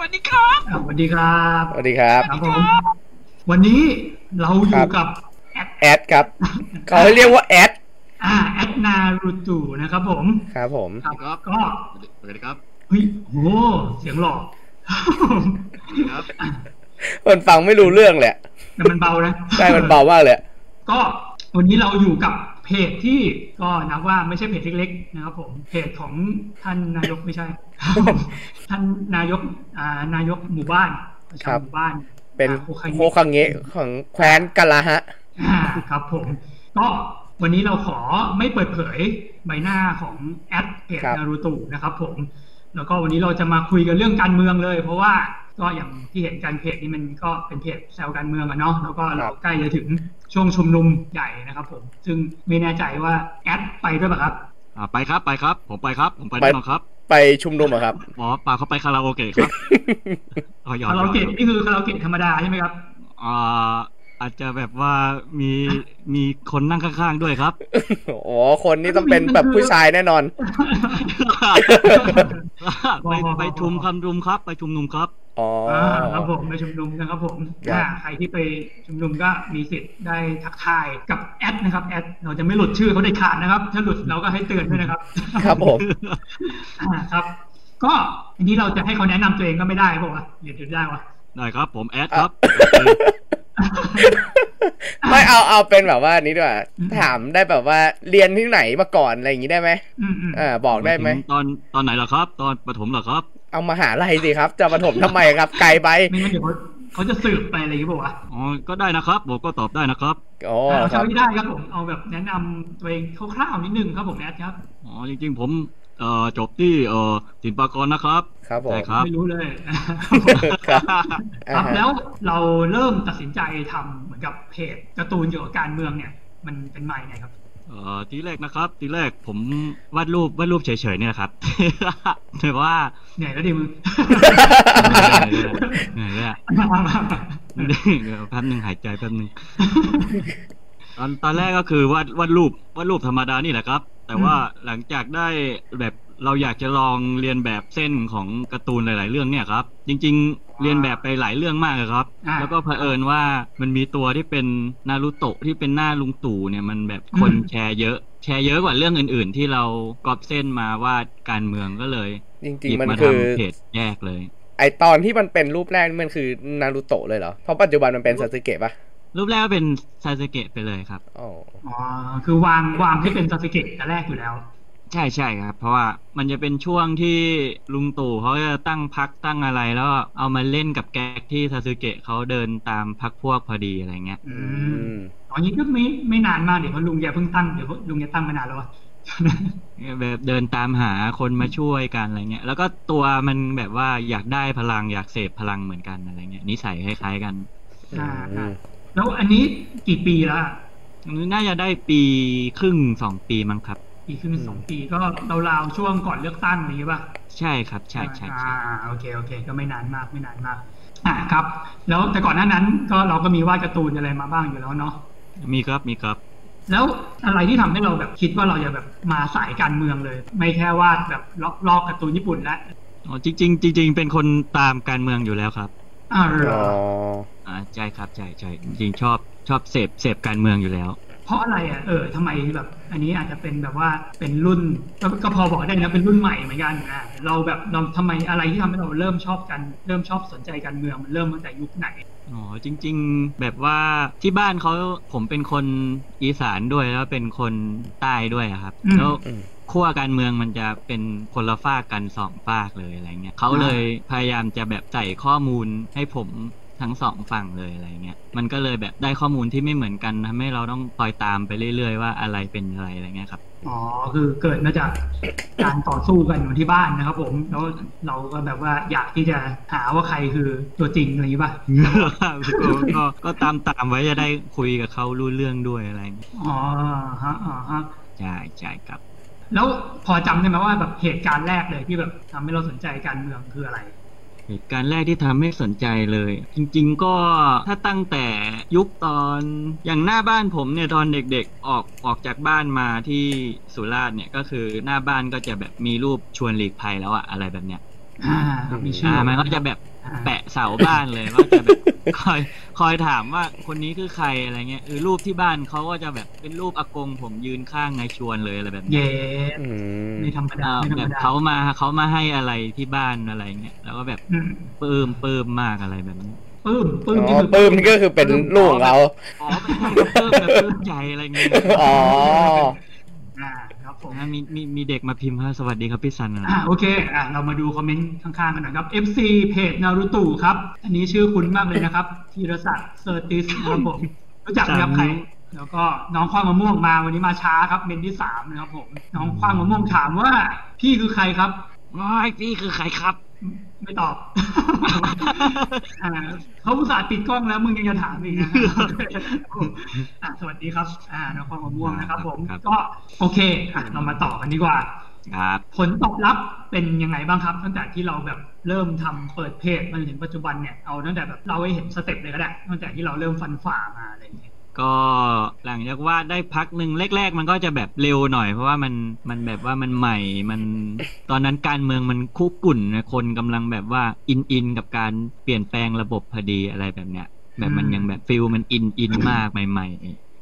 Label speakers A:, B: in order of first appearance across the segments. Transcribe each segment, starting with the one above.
A: วัสดีครับ
B: อ่ะสวัสดีครับ
C: สวัสดีครับ
B: ครับผม วันนี้เราอยู่
C: ครั
B: กับ
C: บ แอดครับเขาเรียกว่าแอด
B: อ่าแอดนารูตูนะครับผม
C: ครับผม
B: ครับ
A: ครับ
B: ก็
A: สวัสดีสวัสดีครับ
B: เฮ้ยโหเสียงหล่อ
A: สวัสดีครับ
C: มันฟังไม่รู้เรื่องแหละ
B: แต่มันเบานะ
C: ใช่มันเบามากเลย
B: ก็วันนี้เราอยู่กับเพจที่ก็นับว่าไม่ใช่เพจเล็กๆนะครับผมเพจของท่านนายกไม่ใช่ ท่านนายกอ่านายกหมู่บ้านประชาหมู่บ้าน
C: เป็น
B: อ่าโอคา
C: โค
B: เงะ
C: คังเงะของแคว้นกาลาฮะ
B: อ่าครับผมก็วันนี้เราขอไม่เปิดเผยใบหน้าของแอดเพจ
C: ครับ
B: นารูต o นะครับผม แล้วก็วันนี้เราจะมาคุยกันเรื่องการเมืองเลย เพราะว่าก็อย่างที่เห็นการเพจนี้มันก็เป็นเพจแซวการเมืองอะเนาะแล้วก็เราใกล้จะถึงช่วงชุมนุมใหญ่นะครับผม ซึ่งไม่แน่ใจว่าแอดไปด้วยปะครับ
A: อ่าไปครับไปครับ ผมไปครับ ผมไปแน่นอนครับ
C: ไปชุมนุมเหรอะครับ
A: หมอปลาเขาไปคาราโอเกะ ครับอ๋อยอม
B: คาราโอเกะ
A: ยอม
B: นี่คือคาราโอเกะธรรมดาใช่ไหมครับ
A: อ่าอาจจะแบบว่ามีมีคนนั่งข้างๆด้วยครับ
C: โอ้คนนี้ต้องเป็นแบบผู้ชายแน่นอน
A: ไปไปชุมคำรุมครับ ไปชุมนุมครับ
C: อ๋อ
B: อ่าครับผมไปชุมนุมนะครับผม
C: ครับ
B: อ่าใครที่ไปชุมนุมก็มีสิทธิ์ได้ทักทายกับแอดนะครับแอดเราจะไม่หลุดชื่อเขาได้ขาดนะครับ ถ้าหลุดเราก็ให้เตือนด้วยนะครับ
C: ครับผม
B: อ่าครับ ก็อันนี้เราจะให้เขาแนะนำตัวเองก็ไม่ได้ป่าวะหรือจะได้วะ
A: ได้ครับ ผมแอดครับ
C: ไม่เอาเอาเป็นแบบว่านี้ดีกว่าถามได้แบบว่าเรียนที่ไหนมาก่อนอะไรอย่างนี้ได้ไหม
B: อืมอืม
C: เออบอกได้ไหม
A: ตอนตอนไหนล่ะครับ ตอนปฐมเหรอครับ
C: เอามาหาลัยสิครับ จะมาถมทำไมครับ ไกลไป
B: ไม่งั้นเดี๋ยวเขาเขาจะสืบไปอะไรอย่างงี้ป่าวะ
A: อ๋อ ก็ได้นะครับ ผมก็ตอบได้นะครับ
C: อ๋อ
B: อ่าเอา
C: ค
B: เท่า
C: รับ
B: ที่ได้ครับผมเอาแบบแนะนำตัวเองคร่าวๆนิดนึงครับผมแอดครับ
A: อ๋อ จริงๆ ผมเอ่อจบที่เอ่อศิลปากรนะครับ
C: ครับผม
A: ได้ครับ
B: ไม่รู้เลย
C: ครับ
B: ค
C: อ่า
B: รับ
C: ฮะ
B: แล้วเราเริ่มตัดสินใจทำเหมือนกับเพจการ์ตูนเกี่ยวกับการเมืองเนี่ย มันเป็นใหม่ไงครับ
A: เอ่อทีแรกนะครับ ทีแรกผมวาดรูปวาดรูปเฉยๆเนี่ยแหละครับ แต่ว่า
B: เหนื่อยแล้วดิมึ ง
A: เหนื่อยเลยอะเดี๋ยวแป๊บห นึ่งหายใจแป๊บหนึ่ง ตอนตอนแรกก็คือวาดวาดรูปวาดรูปธรรมดานี่แหละครับ แต่ว่าหลังจากได้แบบเราอยากจะลองเรียนแบบเส้นของการ์ตูนหลาย ๆ เรื่องเนี่ยครับ จริง ๆ เรียนแบบไปหลายเรื่องมากเลยครับ
B: อ่า
A: แล้วก็เผอิญว่ามันมีตัวที่เป็นนารูโตะที่เป็นหน้าลุงตู่เนี่ยมันแบบคนแชร์เยอะ แชร์เยอะกว่าเรื่องอื่น ๆ ที่เรากอบเส้นมาวาดการเมืองก็เลย
C: จริ
A: ห
C: ง
A: ยิบ
C: ๆ มัน
A: มา
C: คือ
A: ทำเพจแยกเลย
C: ไอตอนที่มันเป็นรูปแรกนี่มันคือนารูโตะเลยเหรอ เพราะปัจจุบันมันเป็นซาสึเกะปะ
A: รูปแรกก็เป็นซาสเกะไปเลยครับ
C: อ๋อ
B: อ๋อคือวางวางให้เป็นซาสึเกะแต่แรกอยู่แล้ว
A: ใช่ใช่ครับ เพราะว่ามันจะเป็นช่วงที่ลุงตู่เขาจะตั้งพักตั้งอะไร แล้วเอามาเล่นกับแก๊กที่ซาสึเกะเขาเดินตามพักพวกพอดีอะไรเงี้ย
B: อื
C: อื
B: ม
C: ม
B: ตอนนี้ก็ไม่ไม่นานมากเดี๋ยวเพราะลุงแกเพิ่งตั้งเดี๋ยวลุงแกตั้งมานานแล้วอะ
A: แบบเดินตามหาคนมาช่วยกันอะไรเงี้ย แล้วก็ตัวมันแบบว่าอยากได้พลังอยากเสพพลังเหมือนกันอะไรเงี้ยนิสัยคล้าย ๆกัน
B: อ่าอ่า แล้วอันนี้กี่ปีแล้วอะ
A: น่าจะได้ปีครึ่งสองปีมั้งครับ
B: ปีครึ่งสองปีก็ราวๆช่วงก่อนเลือกตั้งอะไรอย่างงี้ป่ะ
A: ใช่ครับใช่ใช่ใช่
B: อ่าโอเคโอเค ก็ไม่นานมากไม่นานมาก อ่าครับ แล้วแต่ก่อนหน้านั้นก็เราก็มีวาดการ์ตูนอะไรมาบ้างอยู่แล้วเนาะ
A: มีครับมีครับ
B: แล้วอะไรที่ทำให้เราแบบคิดว่าเราจะแบบมาสายการเมืองเลย ไม่แค่วาดแบบลอกลอกการ์ตูนญี่ปุ่นละ
A: อ๋อจริงๆจริงๆเป็นคนตามการเมืองอยู่แล้วครับ
B: อ่าวเหร
C: อ๋
B: อ
C: อ
A: อ่าใช่ครับใช่ใช่จริงๆชอบชอบเสพเสพการเมืองอยู่แล้ว
B: เพราะอะไรอ่ะเออทำไมแบบ อันนี้อาจจะเป็นแบบว่าเป็นรุ่นก็ก็พอบอกได้นะเป็นรุ่นใหม่เหมือนกันอ่าเราแบบเราทำไมอะไรที่ทำให้เราเริ่มชอบกันเริ่มชอบสนใจการเมืองมันเริ่มตั้งแต่ยุคไหน
A: อ๋อจริง ๆ แบบว่าที่บ้านเขาผมเป็นคนอีสานด้วยแล้วเป็นคนใต้ด้วยอะครับ
B: อืม
A: แล้ว
C: อืม
A: ขั้วการเมืองมันจะเป็นคนละฝากกันสองฝากเลยอะไรเงี้ยเขาเลยพยายามจะแบบใส่ข้อมูลให้ผมทั้งสองฝั่งเลยอะไรเงี้ยมันก็เลยแบบได้ข้อมูลที่ไม่เหมือนกันทำให้เราต้องคอยตามไปเรื่อยๆว่าอะไรเป็นอะไรอะไรเงี้ยครับ
B: อ๋อ คือเกิดมาจากการต่อสู้กันอยู่ที่บ้านนะครับผม แล้วเราก็แบบว่าอยากที่จะหาว่าใครคือตัวจริงอะไรอย่างนี้ป่ะ
A: ก็ก็ก็ตามตามๆไว้จะได้คุยกับเขารู้เรื่องด้วยอะไรเงี้ย
B: อ๋อฮะอ๋อฮะ
A: ใช่ใช่ครับ
B: แล้วพอจำได้ไหมว่าแบบเหตุการณ์แรกเลยที่แบบทำให้เราสนใจการเมืองคืออะไร
A: เหตุการณ์แรกที่ทำให้สนใจเลย จริง ๆ ก็ถ้าตั้งแต่ยุคตอนอย่างหน้าบ้านผมเนี่ยตอนเด็กๆ ออกออกจากบ้านมาที่สุราษฎร์เนี่ยก็คือหน้าบ้านก็จะแบบมีรูปชวนหลีกภัยแล้วอะอะไรแบบเนี้ย
B: อ่า มีชื่
A: อ่า
B: อ
A: มันก็จะแบบ แปะเสาบ้านเลยว่าจะแบบ คอยคอยถามว่าคนนี้คือใครอะไรเงี้ยคือรูปที่บ้านเขาก็จะแบบเป็นรูปอากงผมยืนข้างนายชวนเลยอะไรแบบนี้
B: เย้
C: อืม
B: ไม่ธรรมดา
A: อ่า
B: ไม่ธร
A: แบ
B: ร
A: บ
B: มดา
A: เขามาเขามาให้อะไรที่บ้านอะไรเงี้ยแล้วก็แบบ
B: อืม
A: ปลื้มปลื้มมากอะไรแบบนี้
B: ปื้มปื้ม
C: อ๋
B: นี่
C: อ
B: คือ
C: ปื้มนี่ก็คือเป็นลูกของเรา
A: อ๋อแบบปลื้มแบบปลื้มใจอะไรเงี้ย
C: อ๋อ
B: อ่าครับผม
A: นะมีมีมีเด็กมาพิมพ์ว่าสวัสดีครับพี่ซันอะไร
B: อ่าโอเคอ่าเรามาดูคอมเมนต์ข้างๆกันหน่อยครับ FC เพจนารูตูครับ อันนี้ชื่อคุณมากเลยนะครับ ธีรศักดิ์เซอร์ติสนะครับผมรู้จักไหมครับใคร แล้วก็น้องคว้างมะม่วงมาวันนี้มาช้าครับ เมนที่สามนะครับผม น้องคว้างมะม่วงถามว่า พี่คือใครครับ
A: ว้ายพี่คือใครครับ
B: ไม่ตอบ อ่าเขาอุตส่าห์ปิดกล้องแล้วมึงยังจะถามอีกนะ อ่ะสวัสดีครับ อ่าน้องคว้างมะม่วงนะครับ ผม
A: ครับ
B: ก็โอเคอ่ะเรามาต่อกันดีกว่า
A: ครับ
B: ผลตอบรับเป็นยังไงบ้างครับ ตั้งแต่ที่เราแบบเริ่มทำเปิดเพจมาจนถึงปัจจุบันเนี่ยเอาตั้งแต่แบบเราให้เห็นสเต็ปเลยก็ได้ตั้งแต่ที่เราเริ่มฟันฝ่ามาอะไรอย่างเงี้ย
A: ก็หลังจากวาดได้พักหนึ่งแรก ๆ มันก็จะแบบเร็วหน่อยเพราะว่ามันมันแบบว่ามันใหม่มัน ตอนนั้นการเมืองมันคุกรุ่นนะคนกำลังแบบว่าอินอินกับการเปลี่ยนแปลงระบบพอดีอะไรแบบเนี้ยแบบมันยังแบบฟิลมันอินอินมากใหม่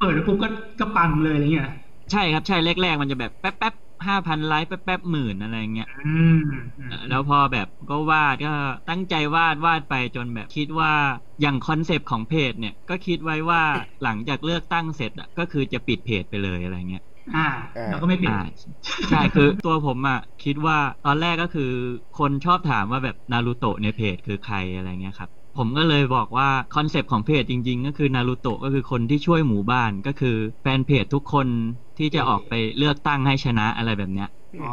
B: เปิดแล้วปุ๊บก็ก็ปังเลยอะไรเงี้ย
A: ๆใช่ครับใช่แรก ๆ มันจะแบบแป๊บแป๊บห้าพันไลค์แป๊บแป๊บหมื่นอะไรเงี้ย
B: อืมอืม
A: แล้วพอแบบก็วาดก็ตั้งใจวาดวาดไปจนแบบคิดว่าอย่างคอนเซปต์ของเพจเนี่ยก็คิดไว้ว่าหลังจากเลือกตั้งเสร็จอะก็คือจะปิดเพจไปเลยอะไรเงี้ย
B: อ่า
C: อ่า
B: เราก็ไม่ปิด
A: อ่าใช่ คือตัวผมอ่ะคิดว่าตอนแรกก็คือคนชอบถามว่าแบบนารูโตะในเพจคือใครอะไรเงี้ยครับ ผมก็เลยบอกว่าคอนเซปต์ของเพจจริง ๆ ก็คือนารูโตะก็คือคนที่ช่วยหมู่บ้านก็คือแฟนเพจทุกคนที่จะออกไปเลือกตั้งให้ชนะอะไรแบบเนี้ย
B: อ๋อ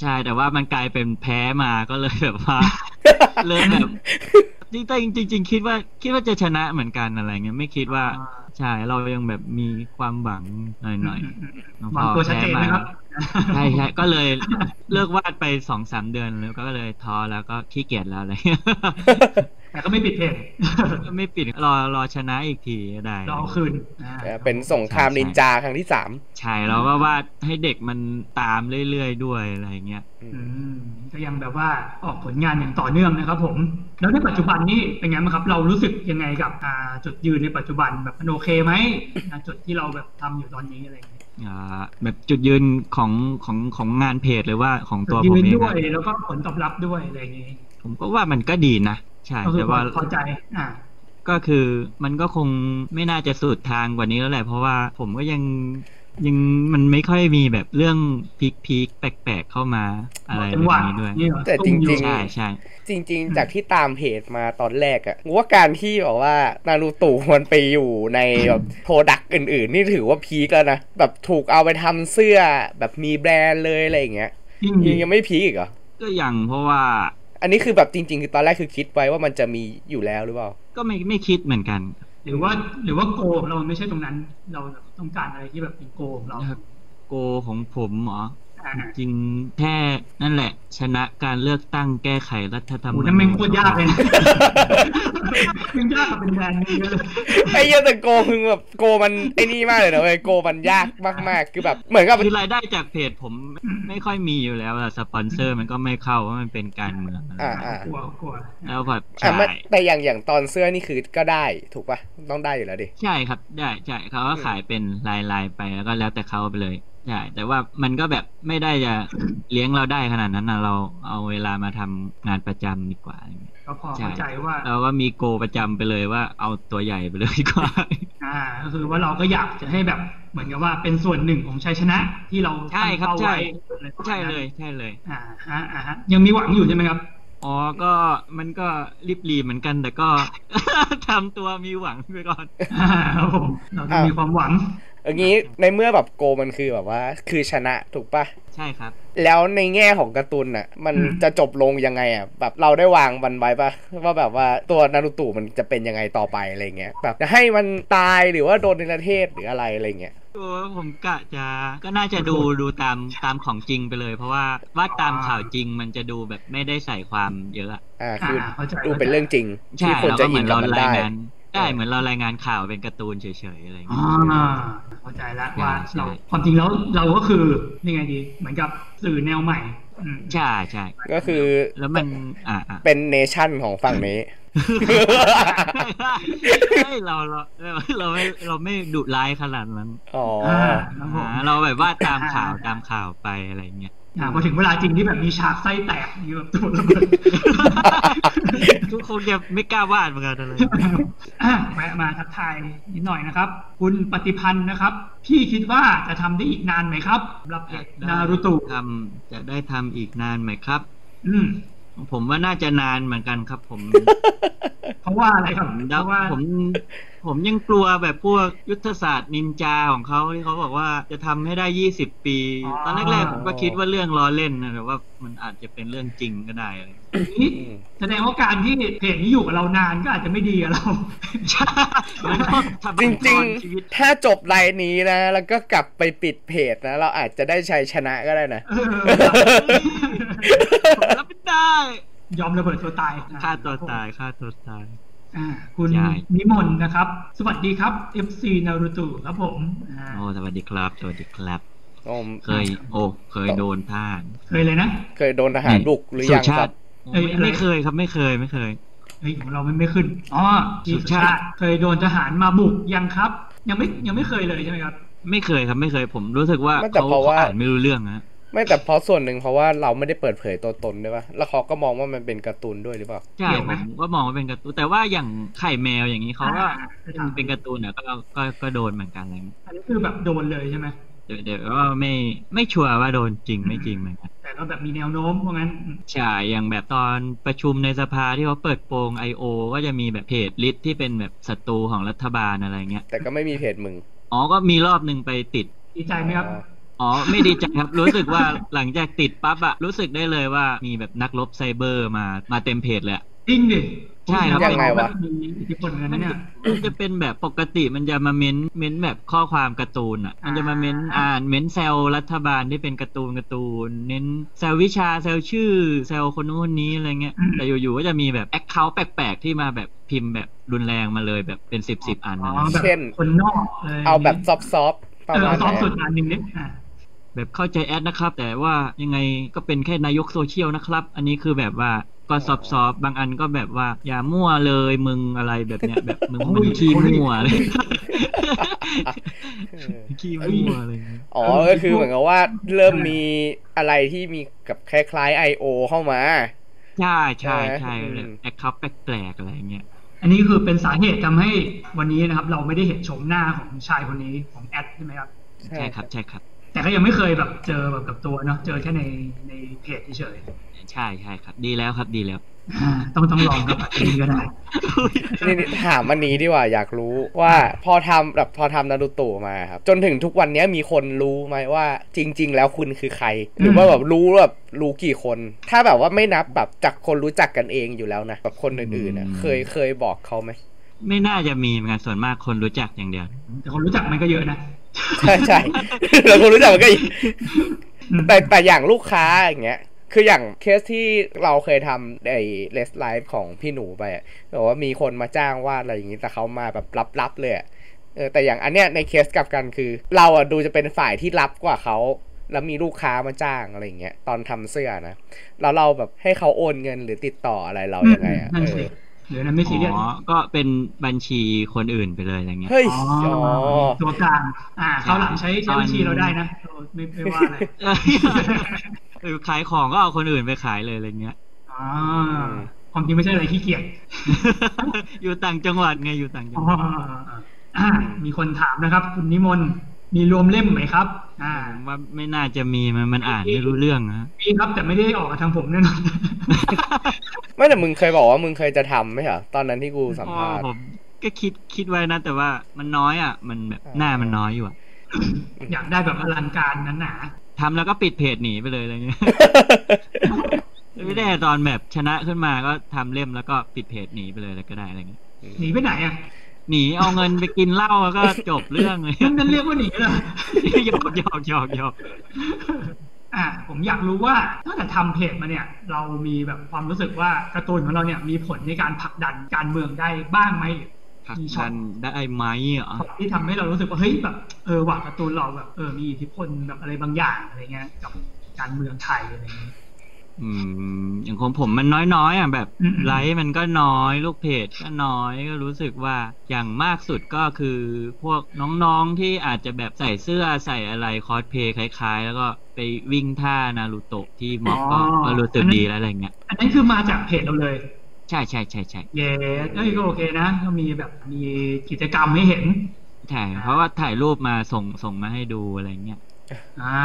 A: ใช่แต่ว่ามันกลายเป็นแพ้มาก็เลยแบบ ว่า เลยแบบจริงแต่จริง ๆ คิดว่าคิดว่าจะชนะเหมือนกันอะไรเงี้ยไม่คิดว่าใช่เรายังแบบมีความหวังหน่อยๆ
B: วางตัวชัดเจนนะครับ
A: ใช่ใช่ก็เลยเลิกวาดไปสองสามเดือนแล้วก็เลยท้อแล้วก็ขี้เกียจแล้วอะไรเงี้ย
B: แต่ก็ไม่ปิดเพจ
A: ก็ไม่ปิดรอรอชนะอีกทีก็ได้
B: รอเอาคืนอ่า
C: เออเป็นสงครามนินจาครั้งที่สาม
A: ใช่เราก็วาดให้เด็กมันตามเรื่อยๆด้วยอะไรเงี้ย
C: อื
B: อื
C: ม
B: มก็ยังแบบว่าออกผลงานอย่างต่อเนื่องนะครับ ผม แล้วในปัจจุบันนี่เป็นไงบ้างครับ เรารู้สึกยังไงกับอ่าจุดยืนในปัจจุบันแบบมันโอเคไหมอ่าจุดที่เราแบบทำอยู่ตอนนี้อะไรอย่างเงี้ย
A: อ่าแบบจุดยืนของของของงานเพจหรือว่าของตัวผม
B: ยืน
A: เอง
B: ด้ว
A: อะ
B: ยแล้วก็ผลตอบรับด้วยอะไรอย่างนี้
A: ผมก็ว่ามันก็ดีนะใช่
B: ก็คือ
A: แต่ว่า
B: พอใจอ่า
A: ก็คือมันก็คงไม่น่าจะสุดทางกว่านี้แล้วแหละ เพราะว่าผมก็ยังยังมันไม่ค่อยมีแบบเรื่องพีคพีคๆแปลกๆเข้ามาอะไรแบ
B: จังหวะ
A: บนี้ด้วย
B: นี่เหอ
C: แต่จริง
A: ใช่ใช่
C: จริง ๆ จากที่ตามเพจมาตอนแรกอะว่าการที่บอกว่านารูโตะมันไปอยู่ในแบบโปรดักต์อื่น ๆ นี่ถือว่าพีคแล้วนะ แบบถูกเอาไปทำเสื้อแบบมีแบรนด์เลยอะไรอย่างเงี้ย
B: จริง
C: ยังยังไม่พีคอีกเหรอ
A: ก็อย่างเพราะว่า
C: อันนี้คือแบบจริง ๆ คือตอนแรกคือคิดไว้ว่ามันจะมีอยู่แล้วหรือเปล่า
A: ก็ไม่ไม่คิดเหมือนกัน
B: หรือว่าหรือว่าโกของเราไม่ใช่ตรงนั้น เราต้องการอะไรที่แบบเป็นโกของเรา
A: ครับ โกของผมเหรอ
B: อ่า
A: จริงแค่นั่นแหละ ชนะการเลือกตั้งแก้ไขรัฐธรรม
B: โอ้
A: นูญ
B: โหนั่นแม่งโคตรยากเลย นะมันยากกว่าเป็นแบรนด์เยอะเลย
C: ไอ้เหี้ยแต่โกมึงแบบโกมันไอ้นี่มากเลยนะเว้ยโกมันยากมากๆ คือแบบเหมือนกับ
A: คือรายได้จากเพจผมไม่ค่อยมีอยู่แล้วอะสปอนเซอร์มันก็ไม่เข้าเพราะมันเป็นการเมืองอะไร
C: อ่าอ่า
B: กลัวกลัว
A: แล้วแบบ
C: อ่ะ
A: ใช่
C: มันแต่อย่างอย่างตอนเสื้อนี่คือก็ได้ถูกป่ะต้องได้อยู่แล้วดิ
A: ใช่ครับได้ใช่เขาก็ขายเป็นลายลายๆไปแล้วก็แล้วแต่เขาไปเลยใช่แต่ว่ามันก็แบบไม่ได้จะ เลี้ยงเราได้ขนาดนั้นนะเราเอาเวลามาทำงานประจำดีกว่าอะไรเงี้ย
B: ก็พอเข้าใจว่า
A: เราก็มีโกประจำไปเลยว่าเอาตัวใหญ่ไปเลยดีกว่า
B: อ่าก็คือว่าเราก็อยากจะให้แบบเหมือนกับว่าเป็นส่วนหนึ่งของชัยชนะที่เรา
A: ใช่ครับ
B: ตั้งเป้า
A: ใช่
B: ไว้อะไรประมาณนั้น
A: ใช่เลยใช่เลย
B: อ่าฮะอ่าฮะยังมีหวังอยู่ใช่ไหมครับ
A: อ๋อก็มันก็รีบรีเหมือนกันแต่ก็ ทำตัวมีหวังไปก่อน
B: อ่าครับผมเราต้องมีความหวัง
C: อย่างนี้ในเมื่อแบบโกมันคือแบบว่า คือชนะถูกป่ะ
A: ใช่ครับ
C: แล้วในแง่ของการ์ตูนน่ะ มัน
B: อืม
C: จะจบลงยังไงอ่ะแบบเราได้วางมันไว้ป่ะ ว่าแบบว่าตัวนารูโตะมันจะเป็นยังไงต่อไปอะไรเงี้ยแบบจะให้มันตายหรือว่าโดนในประเทศหรืออะไรอะไรเงี้ย
A: โอ้ผมกะจะก็น่าจะดูดูตามตามของจริงไปเลย เพราะว่าวาดตามข่าวจริงมันจะดูแบบไม่ได้ใส่ความเยอะอะ
C: อ่า
B: อ่า
C: คือ
B: เข้าใจ
C: ดูเป็นเรื่องจริงที่คนจะยินกับมันได้
A: ได้เหมือนเรารายงานข่าวเป็นการ์ตูนเฉยๆอะไรอย่าง
B: อ่
A: เงี้ย
B: าเข้าใจแล้วว่า
A: ใช่
B: เรา
A: ใช่
B: ความจริงแล้วเราก็คือยังไงดี เหมือนกับสื่อแนวใหม่ อืม
A: ใช่ใช่
C: ก็คือ
A: แล้วมันอ่า อ่า
C: เป็นเนชั่นของฝั่งนี้
A: เฮ้ยเราเราเราไม่เราไม่ดุร้ายขนาดนั้น
C: อ๋อ
B: อ่าครับผม
A: อ่าเราแบบว่าตามข่าวตามข่าวไปอะไรเงี้ย
B: อ่าพอถึงเวลาจริงที่แบบมีฉากไส้แตกนี่แบบตัวระเบิด
A: ทุกคนจะไม่กล้าวาดเหมือนกันอะไร
B: อ่ะแวะมาทักทายนิดหน่อยนะครับ คุณปฏิพันธ์นะครับ พี่คิดว่าจะทำได้อีกนานไหมครับสำหรับเพจนารูโตะ
A: ทำจะได้ทำอีกนานไหมครับ
B: อืม
A: ผมว่าน่าจะนานเหมือนกันครับ ผม
B: เพราะว่าอะไรครับ
A: ผม
B: เพ
A: เดา
B: ราะว่า
A: ผม ผมยังกลัวแบบพวกยุทธศาสตร์นินจาของเขาที่เขาบอกว่าจะทำให้ได้ยี่สิบปี ตอนแรกๆผมก็คิดว่าเรื่องล้อเล่นนะแต่ว่ามันอาจจะเป็นเรื่องจริงก็ได้อะไร
B: นี้แสดงว่าการที่เพจนี้อยู่กับเรานานก็อาจจะไม่ดีกับเรา
A: ใช่มันก็ทำ
C: จ
A: ให้
C: ริง
A: ตอนชีวิต
C: ๆ ถ้าจบรายนี้นะ แล้วก็กลับไปปิดเพจนะ เราอาจจะได้ชัยชนะก็ได้นะ
B: เออ
A: ผมรับไม่ได้
B: ยอมระเบิดตัวตายนะ
A: ฆ่าตัวตายฆ่าตัวตาย
B: อ่าคุณ
A: ใช่
B: นิมนต์นะครับ สวัสดีครับ FC นารูตูครับผมอ่า
A: โอ้สวัสดีครับสวัสดีครับ
C: โอ้
A: เคย โอ้เคยโดนท่าน
B: เคยเลยนะ
C: เคยโดนทหารบุกหรือยั
A: สุ
C: งค
A: ชา
C: รับ
A: ติ
B: เอ้ย
A: ไม่
B: อะไร
A: ไม่เคยครับไม่เคยไม่เคย
B: เฮ้ยของเราไม่ไม่ขึ้นอ๋อพี่
A: สุ
B: สุ
A: ชา
B: ชา
A: ติ
B: ติ เคยโดนทหารมาบุกยังครับ ยังไม่ยังไม่เคยเลยใช่ไหมครับ
A: ไม่เคยครับไม่เคย ผมรู้สึกว่า
C: ไม่แต่
A: เขา
C: เพราะ
A: เขา
C: ว่า
A: อ่านไม่รู้เรื่องนะ
C: ไม่แต่เพราะส่วนหนึ่งเพราะว่าเราไม่ได้เปิดเผยตัวตนด้วยป่ะ แล้วเขาก็มองว่ามันเป็นการ์ตูนด้วยหรือเปล่า
A: ใช่
B: เกี่ยว
A: ผ
B: ไหม
A: มก็มองว่าเป็นการ์ตูนแต่ว่าอย่างไข่แมวอย่างนี้เขาก็เป็นการ์ตูนเนี่ยก็ก็ก็โดนเหมือนกันอะไรอย่างเงี้ย
B: อันนี้คือแบบโดนเลยใช่ไหม
A: เดี๋ยวเดี๋ยวก็ไม่ไม่ชัวร์ว่าโดนจริงไม่จริงเหมือนกัน
B: แต่ก็แบบมีแนวโน้มว่างั้นอืม
A: ใช่ อย่างแบบตอนประชุมในสภาที่เขาเปิดโปง I.O. ก็จะมีแบบเพจลิสต์ที่เป็นแบบศัตรูของรัฐบาลอะไรเงี้ย
C: แต่ก็ไม่มีเพจมึง
A: อ๋อ ก็มีรอบหนึ่งไปติด
B: ดีใจไหมครับ
A: อ๋อ ไม่ดีใจ ครับ รู้สึกว่าหลังจากติดปั๊บอะรู้สึกได้เลยว่ามีแบบนักรบไซเบอร์มา มาเต็มเพจเลยอะ
B: จริงดิ
A: ใช่ครับ
C: ยังไงวะ
B: มีอิทธิพลเหมือนกันนะเนี่ย
A: มันจะเป็นแบบปกติมันจะมาเม้นเม้นแบบข้อความการ์ตูนอ่ะ มันจะมาเม้นอ่านเม้นแซวรัฐบาลที่เป็นการ์ตูนการ์ตูน เน้นแซววิชาแซวชื่อแซวคนนู้นคนนี้อะไรเงี้ย
B: อืม
A: แต่อยู่ๆก็จะมีแบบแอคเคาท์แปลกๆ ที่มาแบบพิมพ์แบบรุนแรงมาเลยแบบเป็นสิบสิบอัน
B: อ๋
A: นะ
B: อแบบ
C: เช่น
B: คนนอกเลย
C: เอาแบบซอฟต์ๆป
B: เออ
C: ระมาณ
B: ซอฟ
C: นั้น
B: สุดอันหนึ่งนิดอ่ะ
A: แบบเข้าใจแอดนะครับ แต่ว่ายังไงก็เป็นแค่นายกโซเชียลนะครับ อันนี้คือแบบว่าก็สอบสอบบางอันก็แบบว่า อย่ามั่วเลยมึงอะไรแบบเนี้ยแบบมึงมึงขี้มั่วเลย
C: เออ
A: ขี้มั่วอะไรเงี้ย
C: อ๋อ ก็คือเหมือนกับว่าเริ่มมีอะไรที่มีกับคล้ายๆ I.O. เข้ามา
A: ใช่ใช่
C: ใช่
A: ใช่
C: ไหม
A: แอคเคาท์แปลกๆอะไรเงี้ย
B: อันนี้คือเป็นสาเหตุทำให้วันนี้นะครับ เราไม่ได้เห็นโฉมหน้าของชายคนนี้ของแอดใช่ไหมครับ
A: ใช่ครับใช่ครับ
B: แต่ก็ยังไม่เคยแบบเจอแบบกับตัวเนาะเจอแค่ในในเพจเฉย
A: ใช่ใช่ครับ ดีแล้วครับดีแล้ว
B: ๆอ่า ต้องต้องลองกับอันนี้ก็ได้
C: นี่นี่ถามอันนี้ดีกว่าอยากรู้ว่าพอทำแบบพอทำนารูโตะมาครับ จนถึงทุกวันเนี้ยมีคนรู้ไหมว่าจริง ๆ แล้วคุณคือใคร หรือว่าแบบรู้แบบรู้กี่คน ถ้าแบบว่าไม่นับแบบจากคนรู้จักกันเองอยู่แล้วนะแบบคนอื่นๆนะเคยเคยบอกเขาไหม
A: ไม่น่าจะมีเหมือนกันส่วนมากคนรู้จักอย่างเดียว
B: แต่คนรู้จักมันก็เยอะนะ
C: ใช่ ใช่ แล้วคนรู้จักมันก็อีกแต่แต่อย่างลูกค้าอย่างเงี้ยคืออย่างเคสที่เราเคยทำไอ้เลสไลฟ์ของพี่หนูไปอะแบบว่ามีคนมาจ้างวาดอะไรอย่างงี้แต่เขามาแบบลับๆเลยอะ เออแต่อย่างอันเนี้ยในเคสกลับกันคือ เราอ่ะดูจะเป็นฝ่ายที่รับกว่าเขาแล้วมีลูกค้ามาจ้างอะไรอย่างเงี้ยตอนทำเสื้อนะแล้วเราแบบให้เขาโอนเงินหรือติดต่ออะไรเรายังไงอ่ะ
B: นั่น
C: เอ
B: สิ
C: อ
B: เดี๋ยวนั้นไม่ซีเรียส
A: อ๋อ ก็เป็นบัญชีคนอื่นไปเลยอะไรเงี้ย
C: เฮ้ย
B: อ๋อ
C: อ๋อ
B: ตัวกลางอ่าเขาวหลังใช้ใช้บัญชีเราได้นะเราไม่ไม่ว่า อะไร
A: เออหรือขายของก็เอาคนอื่นไปขายเลยอะไรเงี้ย
B: อ๋อความจริงไม่ใช่อะไรขี้เกียจ
A: อยู่ต่างจังหวัดไงอยู่ต่างจั
B: อ๋
A: ง
B: อ
A: หวัด
B: อ่ามีคนถามนะครับ คุณนิมนต์มีรวมเล่มไหมครับ อ่า
A: ผมว่าไม่น่าจะมีมันมันอ่านไม่รู้เรื่องนะ
B: มีครับแต่ไม่ได้ออกมาทางผมแน่นอน
C: ไม่แต่มึงเคยบอกว่ามึงเคยจะทำไหมเหรอตอนนั้นที่กูสัม
A: อ๋อ
C: ภาษณ์
A: ผมก็คิดคิดไว้นะ แต่ว่ามันน้อยอ่ะ มันแบบหน้ามันน้อยอยู่อ่ะ
B: อยากได้แบบอลังการนั้นหนา
A: ทำแล้วก็ปิดเพจหนีไปเลยอะไรเงี้ย ไม่ได้ตอนแบบชนะขึ้นมาก็ทำเล่มแล้วก็ปิดเพจหนีไปเลยแล้วก็ได้อะไรเงี้ย
B: หนีไปไหนอ่ะ
A: หนีเอาเงินไปกินเหล้าแล้วก็จบเรื่องเลย
B: นั่นนั่นเรียกว่าหนีเหรอ
A: หยอกหยอกหยอกหยอก
B: อ่าผมอยากรู้ว่าตั้งแต่ทำเพจมาเนี่ย เรามีแบบความรู้สึกว่าการ์ตูนของเราเนี่ยมีผลในการผลักดันการเมืองได้บ้างไหมหรือ
A: ผลัก
B: มีช็
A: ดั
B: อต
A: นได้ไหมเหรอ
B: ที่ทำให้เรารู้สึกว่าเฮ้ยแบบเออว่าการ์ตูนเราแบบเออมีอิทธิพลแบบอะไรบางอย่างอะไรเงี้ยกับการเมืองไทยอะไรเงี้ย
A: อืมอย่างของผมมันน้อยๆอ่ะแบบ
B: อืม
A: ไลค์มันก็น้อย ลูกเพจก็น้อยก็รู้สึกว่าอย่างมากสุดก็คือพวกน้องๆที่อาจจะแบบใส่เสื้อใส่อะไรคอสเพลย์คล้ายๆ แล้วก็ไปวิ่งท่านารูโตะที่มอกก็
B: อ๋อ
A: ก็รู้สึกดีแล้วอะไรเงี้ย
B: อันนั้นคือมาจากเพจเราเลย
A: ใช่ใช่ใช่ใช่
B: เย้เอ้ยก็โอเคนะก็มีแบบมีกิจกรรมให้เห็น
A: ใช่เพราะว่าถ่ายรูปมาส่งส่งมาให้ดูอะไรเงี้ย
B: อ่า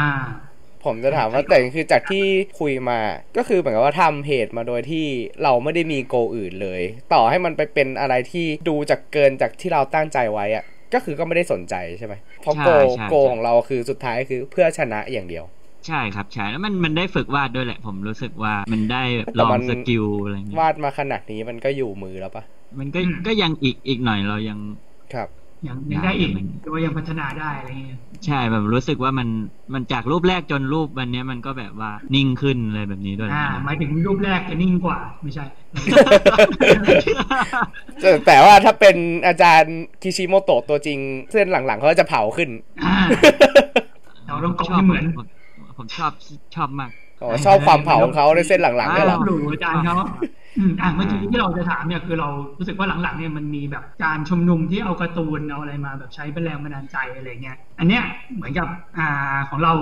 C: ผมจะถามว่าแต่คือจากที่คุยมาก็คือเหมือนกับว่าทำเพจมาโดยที่เราไม่ได้มีโกลอื่นเลย ต่อให้มันไปเป็นอะไรที่ดูจากเกินจากที่เราตั้งใจไว้อะก็คือก็ไม่ได้สนใจใช่ไหมเพราะโกลโกลของเราคือสุดท้ายคือเพื่อชนะอย่างเดียว
A: ใช่ครับใช่แล้วมันมันได้ฝึกวาดด้วยแหละ ผมรู้สึกว่ามันได้แบบ
C: แต่
A: ลอ
C: มั
A: ง
C: น
A: สกิลอะไรเงี้ยว
C: าดมาขนาดนี้มันก็อยู่มือแล้วปะ
A: มันก็
B: อืม
A: ก็ยังอีกอีกหน่อยเรายัง
C: ครับ
B: ยังยังได้อีกหรือว่ายังพัฒนาได้อะไรเงี้ย
A: ใช่แบบรู้สึกว่ามันมันจากรูปแรกจนรูปวันเนี้ยมันก็แบบว่านิ่งขึ้นอะไรแบบนี้ด้วย
B: อ่า หมายถึงรูปแรกจะนิ่งกว่าไม่ใช่
C: แต่แต่ว่าถ้าเป็นอาจารย์คิชิโมโตะตัวจริง เส้นหลังๆเขาจะเผาขึ้น
B: อ่า เราต้องกบให้เหมือน
A: ผมผมชอบชอบมาก
C: อ๋อชอบความเผาของเขาในเส้นหลังๆเนี่ยเหรอ
B: หลูอาจารย์เขาอืมอ่ะเมื่อกี้ที่เราจะถามเนี่ยคือเรารู้สึกว่าหลังๆเนี่ยมันมีแบบการชุมนุมที่เอาการ์ตูนเอาอะไรมาแบบใช้เป็นแรงบันดาลใจอะไรเงี้ย อันเนี้ยเหมือนกับอ่าของเรา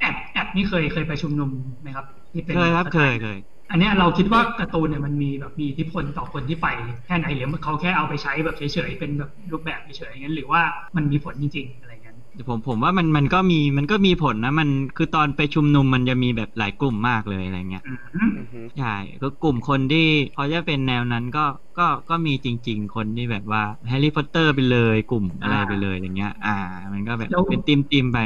B: แอบแอบนี่เคยเคยไปชุมนุมไหมครับที่เป็น
A: เคยครับเคยเคย
B: อันเนี้ยเราคิดว่าการ์ตูนเนี่ยมันมีแบบมีอิทธิพลต่อคนที่ไปแค่ไหนหรือเขาแค่เอาไปใช้แบบเฉยๆเป็นแบบรูปแบบเฉยๆอย่างนั้นหรือว่ามันมีผลจริงๆอะไรเงี้ย
A: ผมผมว่ามันมันก็มีมันก็มีผลนะมันคือตอนไปชุมนุมมันจะมีแบบหลายกลุ่มมากเลยอะไรเงี้ย
B: อืม
C: อือฮึ
A: ใช่คือกลุ่มคนที่เขาจะเป็นแนวนั้นก็ก็ก็มีจริง ๆ คนที่แบบว่าแฮร์รี่พอตเตอร์ไปเลยกลุ่มอะไรไปเลยอย่างเงี้ย อ่า มันก็แบบเป็นติมติมๆไป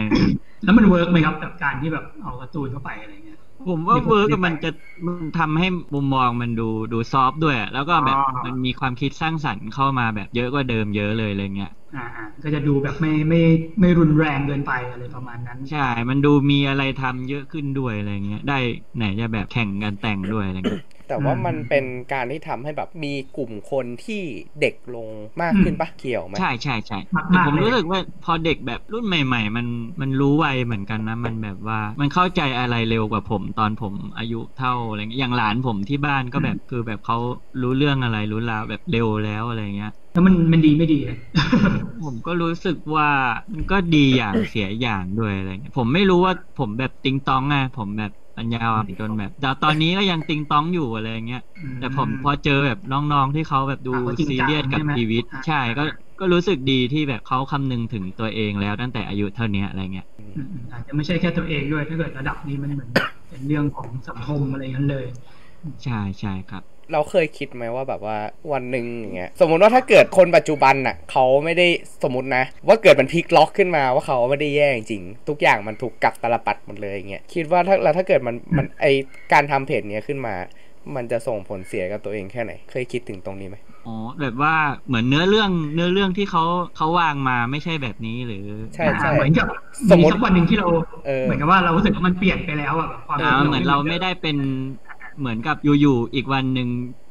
B: แล้วมันเวิร์กไหมครับกับการที่แบบเอาการ์ตูนเข้าไปอะไรเงี้ย
A: ผมว่า
B: มีผล
A: เวิร์กอะ
B: ดีไป
A: มันจะมันทำให้มุมมองมันดูดูซอฟต์ด้วยอะแล้วก็แบบ
B: อ๋อ
A: มันมีความคิดสร้างสรรค์เข้ามาแบบเยอะกว่าเดิมเยอะเลยอะไรเงี้ย
B: อ่าอ่าก็จะดูแบบไม่ไม่ไม่รุนแรงเกินไปอะไรประมาณนั้น
A: ใช่ มันดูมีอะไรทำเยอะขึ้นด้วยอะไรเงี้ยได้ไหนจะแบบแข่งกันแต่งด้วยอะไรเงี้ย
C: แต่ว่า
B: อืม
C: มันเป็นการที่ทำให้แบบมีกลุ่มคนที่เด็กลงมากขึ้นปะเกี่ยวไหม
A: ใช่ใช่ใช่
B: มากๆ
A: แต่ผม
B: เลย
A: รู้สึกว่าพอเด็กแบบรุ่นใหม่ ๆ มันมันรู้ไวเหมือนกันนะมันแบบว่า มันเข้าใจอะไรเร็วกว่าผมตอนผมอายุเท่าอะไรเงี้ยอย่างหลานผมที่บ้านก็แบบคือแบบเขารู้เรื่องอะไรรู้ราวแบบเร็วแล้วอะไรเงี้ย
B: แล้วมันมันดีไม่ดีอะ
A: ผมก็รู้สึกว่ามันก็ดีอย่าง เสียอย่างด้วยอะไรเงี้ยผมไม่รู้ว่าผมแบบติงตองไงผมแบบปัญญาอ่อนจนแบบแต่ตอนนี้ก็ยังติงตองอยู่อะไรเงี้ย แต่ผมพอเจอแบบน้องๆที่เขาแบบดู
B: อ่ะเขาจริงจัง
A: ซีเรียสกับ
B: ใช่ไหม
A: ชีวิต
B: อ่ะ
A: ใช่ก็ก็รู้สึกดีที่แบบเขาคำนึงถึงตัวเองแล้วตั้งแต่อายุเท่านี้อะไรเงี้ย
B: อืมอืมอาจจะไม่ใช่แค่ตัวเองด้วย ถ้าเกิดระดับนี้มันเหมือนแบบเป็นเรื่องของสังคมอะไรอย่างนั้นเลย
A: ใช่ใช่ครับ
C: เราเคยคิดไหมว่าแบบว่าวันหนึ่งอย่างเงี้ยสมมติว่าถ้าเกิดคนปัจจุบันน่ะเขาไม่ได้สมมตินะ ว่าเกิดมันพลิกล็อกขึ้นมาว่าเขาไม่ได้แย่จริงๆทุกอย่างมันถูกกลับตาลปัดหมดเลยอย่างเงี้ยคิดว่าถ้าแล้วถ้าเกิดมันมันไอการทำเพจเนี้ยขึ้นมา มันจะส่งผลเสียกับตัวเองแค่ไหน เคยคิดถึงตรงนี้ไหม
A: อ๋อแบบว่าเหมือนเนื้อเรื่องเนื้อเรื่องที่เขาเขาวางมาไม่ใช่แบบนี้หรือ
C: ใช่
B: อ่า
C: ใช่
B: เหมือนกับ
C: สมมุติ
B: สักวันหนึ่งที่เรา
C: เออ
B: เหมือนกับว่าเรารู้สึกว่ามันเปลี่ยนไปแล้วอะแบบความ
A: อ่าเหมือนเราไม่ได้เป็นเหมือนกับอยู่ๆอีกวันหนึ่ง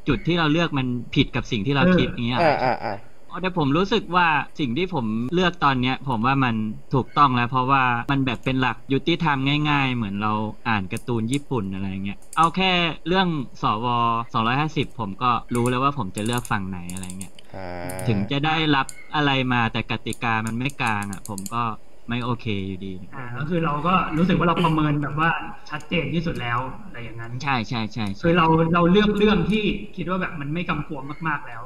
A: จุดที่เราเลือกมันผิดกับสิ่งที่เราคิดอย่างเงี้ย
C: อ่าอ่าอ่า
A: อ๋อแต่ผมรู้สึกว่าสิ่งที่ผมเลือกตอนเนี้ย ผมว่ามันถูกต้องแล้ว เพราะว่ามันแบบเป็นหลักยุติธรรมง่าย ๆ เหมือนเราอ่านการ์ตูนญี่ปุ่นอะไรเงี้ยเอาแค่เรื่องสว250 ผมก็รู้แล้วว่าผมจะเลือกฝั่งไหนอะไรเงี้ย
C: อ่า
A: ถึงจะได้รับอะไรมาแต่กติกามันไม่กลางอ่ะ ผมก็ไม่โอเคอยู่ดี
B: อ่าก็คือเราก็รู้สึกว่าเราประเมินแบบว่าชัดเจนที่สุดแล้วอะไรอย่างนั้น
A: ใช่ใช่ใช่ใช่
B: คือเราเราเลือกเรื่องที่คิดว่าแบบมันไม่กำกวมมากๆแล้ว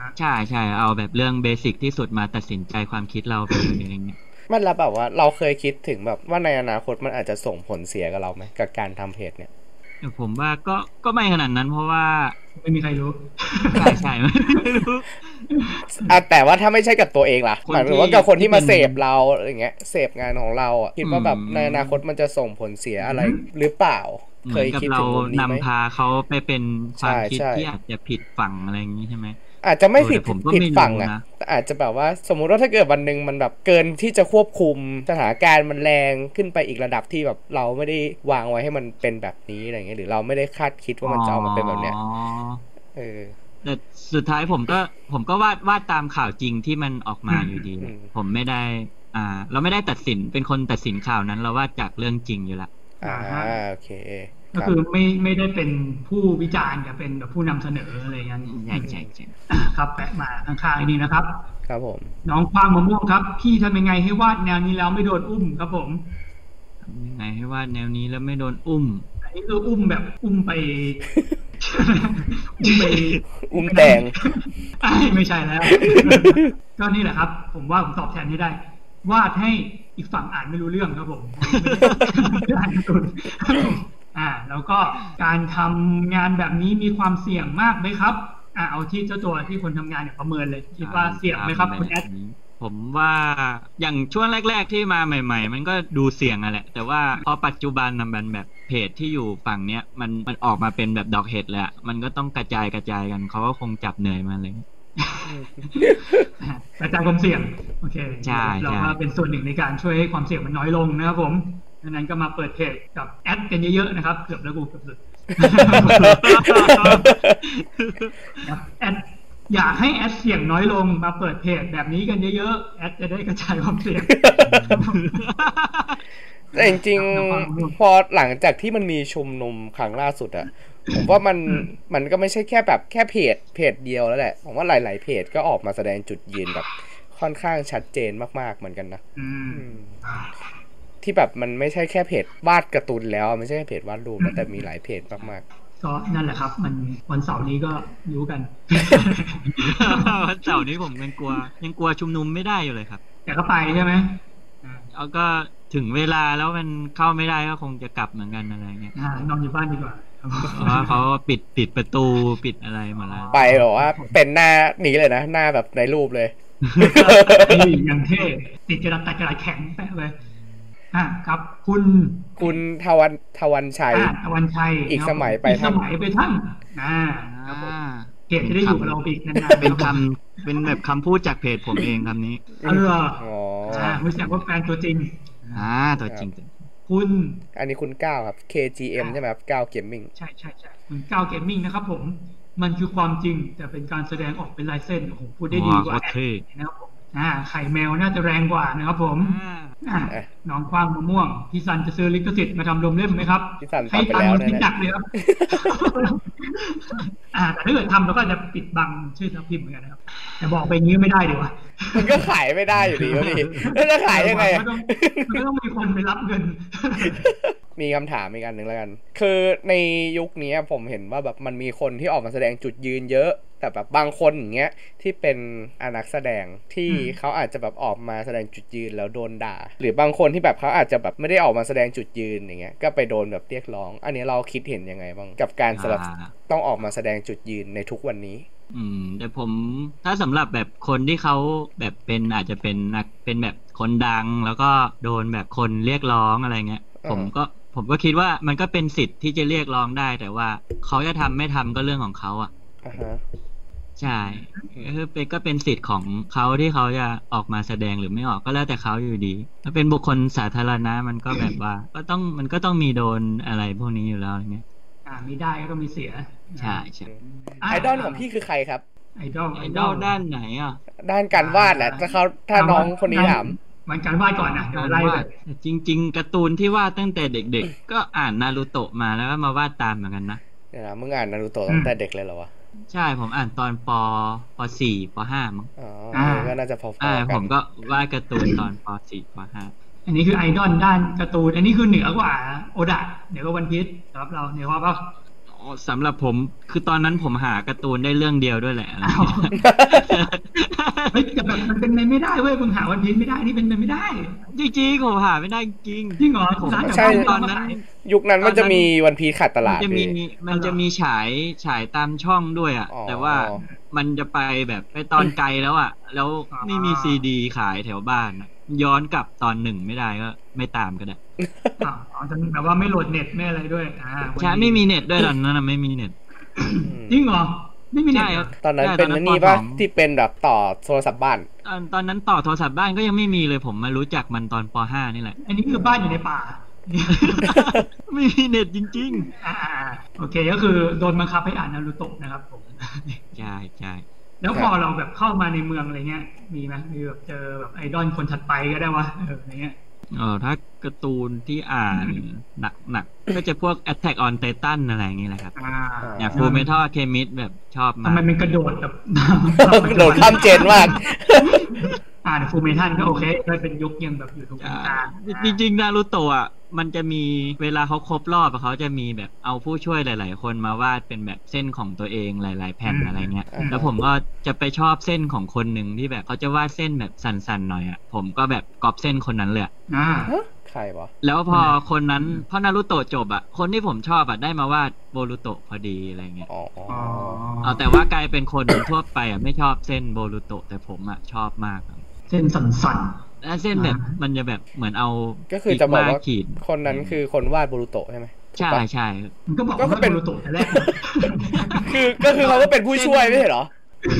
B: นะ
A: ใช่ใช่เอาแบบเรื่องเบสิกที่สุดมาตัดสินใจความคิดเราไปเลยอะไรเงี้ย
C: มันแล้วแบบว่าเราเคยคิดถึงแบบว่าในอนาคตมันอาจจะส่งผลเสียกับเราไหมกับการทำเพจเนี่ย
A: แต่ผมว่าก็ก็ไม่ขนาดนั้นเพราะว่า
B: ไม่มีใครรู้
A: ใช่ใช่ไม่รู้
C: อ่ะแต่ว่าถ้าไม่ใช่กับตัวเองล่ะ
A: คนที่
C: หมายถึงว่ากับคนที่มา
A: ที่
C: เส
A: เป็น
C: พเราอะไรเงี้ยเสพงานของเราอ่ะคิดว่าแบบ
A: อืม
C: ในอนาคตมันจะส่งผลเสียอะไรหรือเปล่า
A: เห
C: เค
A: มือนกับ
C: ยคิด
A: เรา
C: ถึงมุมนี้ไหม
A: นำพาเขาไปเป็นความคิด
C: ใช่ใช่
A: ที่อาจจะผิดฝั่งอะไรอย่างนี้ใช่ไหม
C: อาจจะไม่ผิด
A: เออแต่ผมก็
C: ผิด
A: ไม่รู้
C: ฝั่งอ่ะ
A: นะ
C: แต่อาจจะแบบว่าสมมุติว่าถ้าเกิดวันหนึ่งมันแบบเกินที่จะควบคุมสถานการณ์มันแรงขึ้นไปอีกระดับที่แบบเราไม่ได้วางไว้ให้มันเป็นแบบนี้อะไรเงี้ยหรือเราไม่ได้คาดคิดว่ามันจะออกมาเป็นแบบเนี้ย
A: อ๋อ
C: เออ
A: แต่สุดท้ายผมก็ผมก็วาดวาดตามข่าวจริงที่มันออกมาอยู่ดี
C: อืม
A: ผมไม่ได้ อ่า เราไม่ได้ตัดสินเป็นคนตัดสินข่าวนั้น เราวาดจากเรื่องจริงอยู่ละ
C: อ่า
B: อ่าฮะ
C: โอเค
B: ก็
C: ครับ
B: คือไม่ไม่ได้เป็นผู้วิจารณ์แต่เป็นแบบผู้นำเสนออะไรอย่างนี้
A: ใช่ใช่ใช่
B: ครับแปะมาข้างๆนี่นะครับ
C: ครับผม
B: น้องคว้างมะม่วงครับ พี่ทำยังไงให้วาดแนวนี้แล้วไม่โดนอุ้มครับผม
A: ทำยังไงให้วาดแนวนี้แล้วไม่โดนอุ้ม
B: อันนี้คืออุ้มแบบอุ้มไป อุ้มไป
C: อุ้มแดง
B: ไอ้ไม่ใช่ แล้ว ก็นี่แหละครับ ผมว่าผมตอบแทนให้ได้ วาดให้อีกฝั่งอ่านไม่รู้เรื่องครับผมไม่ได้อ่านกุน อ่า แล้วก็การทำงานแบบนี้มีความเสี่ยงมากไหมครับ อ่าเอาที่เจ้าตัวที่คนทำงานเนี่ยประเมินเลย คิดว่าเสี่ยงไหมครับคุณแอด
A: ผมว่าอย่างช่วงแรก ๆ ที่มาใหม่ ๆ มันก็ดูเสี่ยงอะแหละ แต่ว่าพอปัจจุบันนะมันแบบเพจที่อยู่ฝั่งเนี้ยมันมันออกมาเป็นแบบดอกเห็ดเลยอะมันก็ต้องกระจายกระจายกันเขาก็คงจับเหนื่อยมาเลย
B: กระจายความเสี่ยงโอเค
A: ใช่
B: เรา
A: ใช่
B: ว่าเป็นส่วนหนึ่งในการช่วยให้ความเสี่ยงมันน้อยลงนะครับผมดังนั้นก็มาเปิดเพจกับแอดกันเยอะๆนะครับ เกือบแล้วกูเกือบหลุด แอดอยากให้แอดเสี่ยงน้อยลงมาเปิดเพจแบบนี้กันเยอะๆแอดจะได้กระจายความเสี่ย ง
C: แต่จริง
B: ครับ
C: ๆ พอหลังจากที่มันมีชุมนุมครั้งล่าสุดอะผมว่ามันมันก็ไม่ใช่แค่แบบแค่เพจเพจเดียวแล้วแหละผมว่าหลาย ๆ เพจก็ออกมาแสดงจุดยืนแบบค่อนข้างชัดเจนมากๆเหมือนกันนะ
B: อืม
C: ที่แบบมันไม่ใช่แค่เพจวาดการ์ตูนแล้วไม่ใช่แค่เพจวาดรูปแล้วแต่มีหลายเพจมาก
B: ก็นั่นแหละครับ มันวันเสาร์นี้ก็รู้กัน
A: วันเสาร์นี้ผมยังกลัว ยังกลัวชุมนุมไม่ได้อยู่เลยครับ
B: แต่ก็ไปใช่ไหมอ่า
A: แล้วก็ถึงเวลาแล้วมันเข้าไม่ได้ก็คงจะกลับเหมือนกันอะไรเงี้ย
B: อ่านอนอยู่บ้านดีกว่าครับผม
A: เพราะว่าเขาปิดปิดประตูปิดอะไรหมดแล้ว
C: ๆ ไปแบบว่าเป็นหน้านี้เลยนะ หน้าแบบในรูปเลย
B: นี่ยังเท่ติดกระดาษตัดกระดาษแข็งแปะเลยอ่าครับ คุณ
C: คุณทวันทวันชัย
B: อ่าตะวันชัย
C: อีกสมัยไป
B: อีกส
C: ท่าน
B: มัยไปท่านอ่าครับผมเกรดจะได้อยู่กับเราไปอีกนานๆ
A: เป็น
B: ค
A: คำ
B: รับ
A: เป็นแบบคำพูดจากเพจผมเองคำนี้
B: เออ
C: อ๋อ
B: อ่ารู้จักว่าแฟนตัวจริง
A: อ่าตัวจริง
B: คุณ
C: อันนี้คุณก้าวครับ KGM ใช่ไหมครับก้าวเกมมิ่ง
B: ใช่ใช่ใช่คุณก้าวเกมมิ่งนะครับผม มันคือความจริง แต่เป็นการแสดงออกเป็นลายเส้นโอ้โหพูดได้ดีกว่า
A: โอเค
B: นะครับผมอ่าไข่แมวน่าจะแรงกว่านะครับผม
A: อ่า
B: อ่า
C: เอ๊ะ
B: น้องคว้างมะม่วงพี่ซันจะซื้อลิขสิทธิ์มาทำรวมเล่มไหมครับ
C: พี่ซัน
B: ให้
C: ทำไปแล้ว
B: ค์
C: นะ
B: พี่จักรเลยครับ อ่าแต่ถ้าเกิดทำเราก็จะปิดบังชื่อนักพิมพ์เหมือนกันนะครับ แต่บอกไปอย่างนี้ไม่ได้ดีวะ
C: มันก็ขายไม่ได้อยู่ดีวะพี่แล้วจะขายยังไงอะ
B: มันก็ต้องมันก็ต้องมีคนไปรับเงิน
C: มีคำถามอีกอันหนึ่งแล้วกัน คือในยุคนี้ผมเห็นว่าแบบมันมีคนที่ออกมาแสดงจุดยืนเยอะ แต่แบบบางคนอย่างเงี้ยที่เป็นอนักแสดงที่
B: อืม
C: เขาอาจจะแบบออกมาแสดงจุดยืนแล้วโดนด่า หรือบางคนที่แบบเขาอาจจะแบบไม่ได้ออกมาแสดงจุดยืนอย่างเงี้ย ก็ไปโดนแบบเรียกร้อง อันนี้เราคิดเห็นยังไงบ้างกับการสลับต้องออกมาแสดงจุดยืนในทุกวันนี้
A: อืม แต่ผมถ้าสำหรับแบบคนที่เขาแบบเป็นอาจจะเป็นนักเป็นแบบคนดัง แล้วก็โดนแบบคนเรียกร้องอะไรเงี้ย
C: อ่า
A: ผมก็ผมก็คิดว่ามันก็เป็นสิทธิ์ที่จะเรียกร้องได้ แต่ว่าเขาจะทำไม่ทำก็เรื่องของเขาอ่ะ
C: อ่าฮะ
A: ใช่
C: อืม
A: เออเป็นก็เป็นสิทธิ์ของเขาที่เขาจะออกมาแสดงหรือไม่ออกก็แล้วแต่เขาอยู่ดีถ้าเป็นบุคคลสาธารณะมันก็แบบว่า ก็ต้องมันก็ต้องมีโดนอะไรพวกนี้อยู่แล้วอย่างเงี้ย
B: อ่ามีได้ก็ต้องมีเสีย
A: ใช่ใช่
B: า
C: ไอดอลของพี่คือใครครับ
B: ไอดอล
A: ไอดอลด้านไหนอ่ะ
C: ด้านการวาดแหละถ้าเขาถ้าน้องคนนี้ถาม
B: มันการวาดก่อนนะเดี๋ยวไล่ไป
A: แต่จริง ๆการ์ตูนที่วาดตั้งแต่เด็ก ๆ ก็อ่านนารูโตะมาแล้วก็มาวาดตามเหมือนกันนะ
C: เดี๋ยวนะมึงอ่านนารูโตะตั้งแต่เด็กเลยเหรอวะ
A: ใช่ผมอ่านตอนปปสี่ปห้ามั้ง
C: อ๋ออา ก็น่าจะพอ
A: อ่า
C: ๆ
A: ผ
C: กัน
A: มก็วาดการ์ตูนตอนปสี่ปห้า
B: อันนี้คือไอดอลด้านการ์ตูน อันนี้คือเหนือกว่าโอดะเดี๋ยวก็วันพีชสำหรับเราเหนือกว่าเปล่า
A: อ๋อสำหรับผมคือตอนนั้นผมหาการ์ตูนได้เรื่องเดียวด้วยแห ละ
B: เฮ้ยแต่แบบมันเป็นไปไม่ได้เว้ยมึงหาวันพีชไม่ได้นี่เป็นไปไม่ได้
A: จริงๆผมหาไม่ได้จริง
B: จริงเหรอ
A: ผม
B: ร้านแถ
A: ใช่
B: วบ้าน
A: ตอนนั้น
B: ขาย
C: ยุคนั้นมันจะมีวันพีขาดต
A: มั
C: ลาน ด
A: จะมี
C: พี่
A: มันจะมีฉายฉายตามช่องด้วยอ่ะ
C: อ๋อ
A: แต่ว่ามันจะไปแบบไปตอนไกลแล้วอ่ะ แล้วไม่มีซีดีขายแถวบ้านอะย้อนกลับตอนหนึ่งไม่ได้ก็ไม่ตามก็ได้
B: อ๋ออ๋อจะแบบว่าไม่โหลดเน็ตไม่อะไรด้วยอ่าวันพีช
A: ใช่ไม่มีเน็ตด้วยตอนนั้นอะไม่มีเน็ต
B: จริงเหรอไม่มีเน็ต
A: ใช่
B: เห
A: ค
B: ร
A: รั
B: อบ
C: ตอนนั้น
A: ใช่
C: เป็น
A: ตอนนั้น
C: นี่
A: ป
C: ป่ะ
A: สอง
C: ที่เป็นแบบต่อโทรศัพท์บ้าน
A: ตอนตอนนั้นต่อโทรศัพท์บ้านก็ยังไม่มีเลยผมมารู้จักมันตอนป .5 นี่แหละ
B: อันนี้คือบ้านอยู่ในป่า
A: ไม่มีเน็ตจริง
B: อ่าๆโอเคก็คือโดนบังคับให้อ่านนารูโตะนะครับผม
A: ๆใช่ใช่
B: แล้วพอเราแบบเข้ามาในเมืองอะไรเงี้ย มีไหมมีแบบเจอแบบไอดอลคนถัดไปก็ได้วะเอออะไรเงี้ย
A: เออถ้าการ์ตูนที่อ่านหนักหนักๆก็จะพวก Attack on Titan อะไรอย่างงี้แหละครับ
B: อ่า
A: อย่าง Full Metal Alchemist แบบชอบมา
B: ทำ
A: ก
B: ไมมันกระโดด แบบ
C: โดดข้ามเจนมาก
B: อ่านฟูเมทันก็โอเคก็เป็นยุคยังแบบอยู่ตรงกลาง
A: จริงๆนารูโตะอ่ะมันจะมีเวลาเขาครบรอบอะเขาจะมีแบบเอาผู้ช่วยหลาย ๆ คนมาวาดเป็นแบบเส้นของตัวเองหลาย ๆ แผ่นอะไรเงี้ย
C: อืม
A: แล้วผมก็จะไปชอบเส้นของคนหนึ่งที่แบบเขาจะวาดเส้นแบบสันๆหน่อยอ่ะผมก็แบบก๊อปเส้นคนนั้นเลยอะ
B: อ่า
C: ฮะใครวะ
A: แล้วพอ
B: อืม
A: คนนั้นพอนารูโตะจบอ่ะคนที่ผมชอบอ่ะได้มาวาดโบรูโตะพอดีอะไรเงี้ย
C: อ๋ออ๋อ
B: อ๋อ
A: เอาแต่ว่ากลายเป็นคน ทั่วไปอ่ะไม่ชอบเส้นโบรูโตะแต่ผมอ่ะชอบมากครับ
B: เส้นสันสัน
A: และเส้นแบบ
B: อ่ามั
A: มันจะแบบเหมือนเอา
C: ก็คือจะบอก
A: ม
C: ว่า
A: ขีด
C: คนนั้นคือคนวาดบูรุโตะใช่ไหม
A: ใช่ใช่
B: ๆมันก็บอก
C: ก็
B: ว่า
C: เป็น
B: โดโตะแต่แรก
C: คือก็คือเขาก็เป็นผู้ช่วยไม่ใช่เหรอ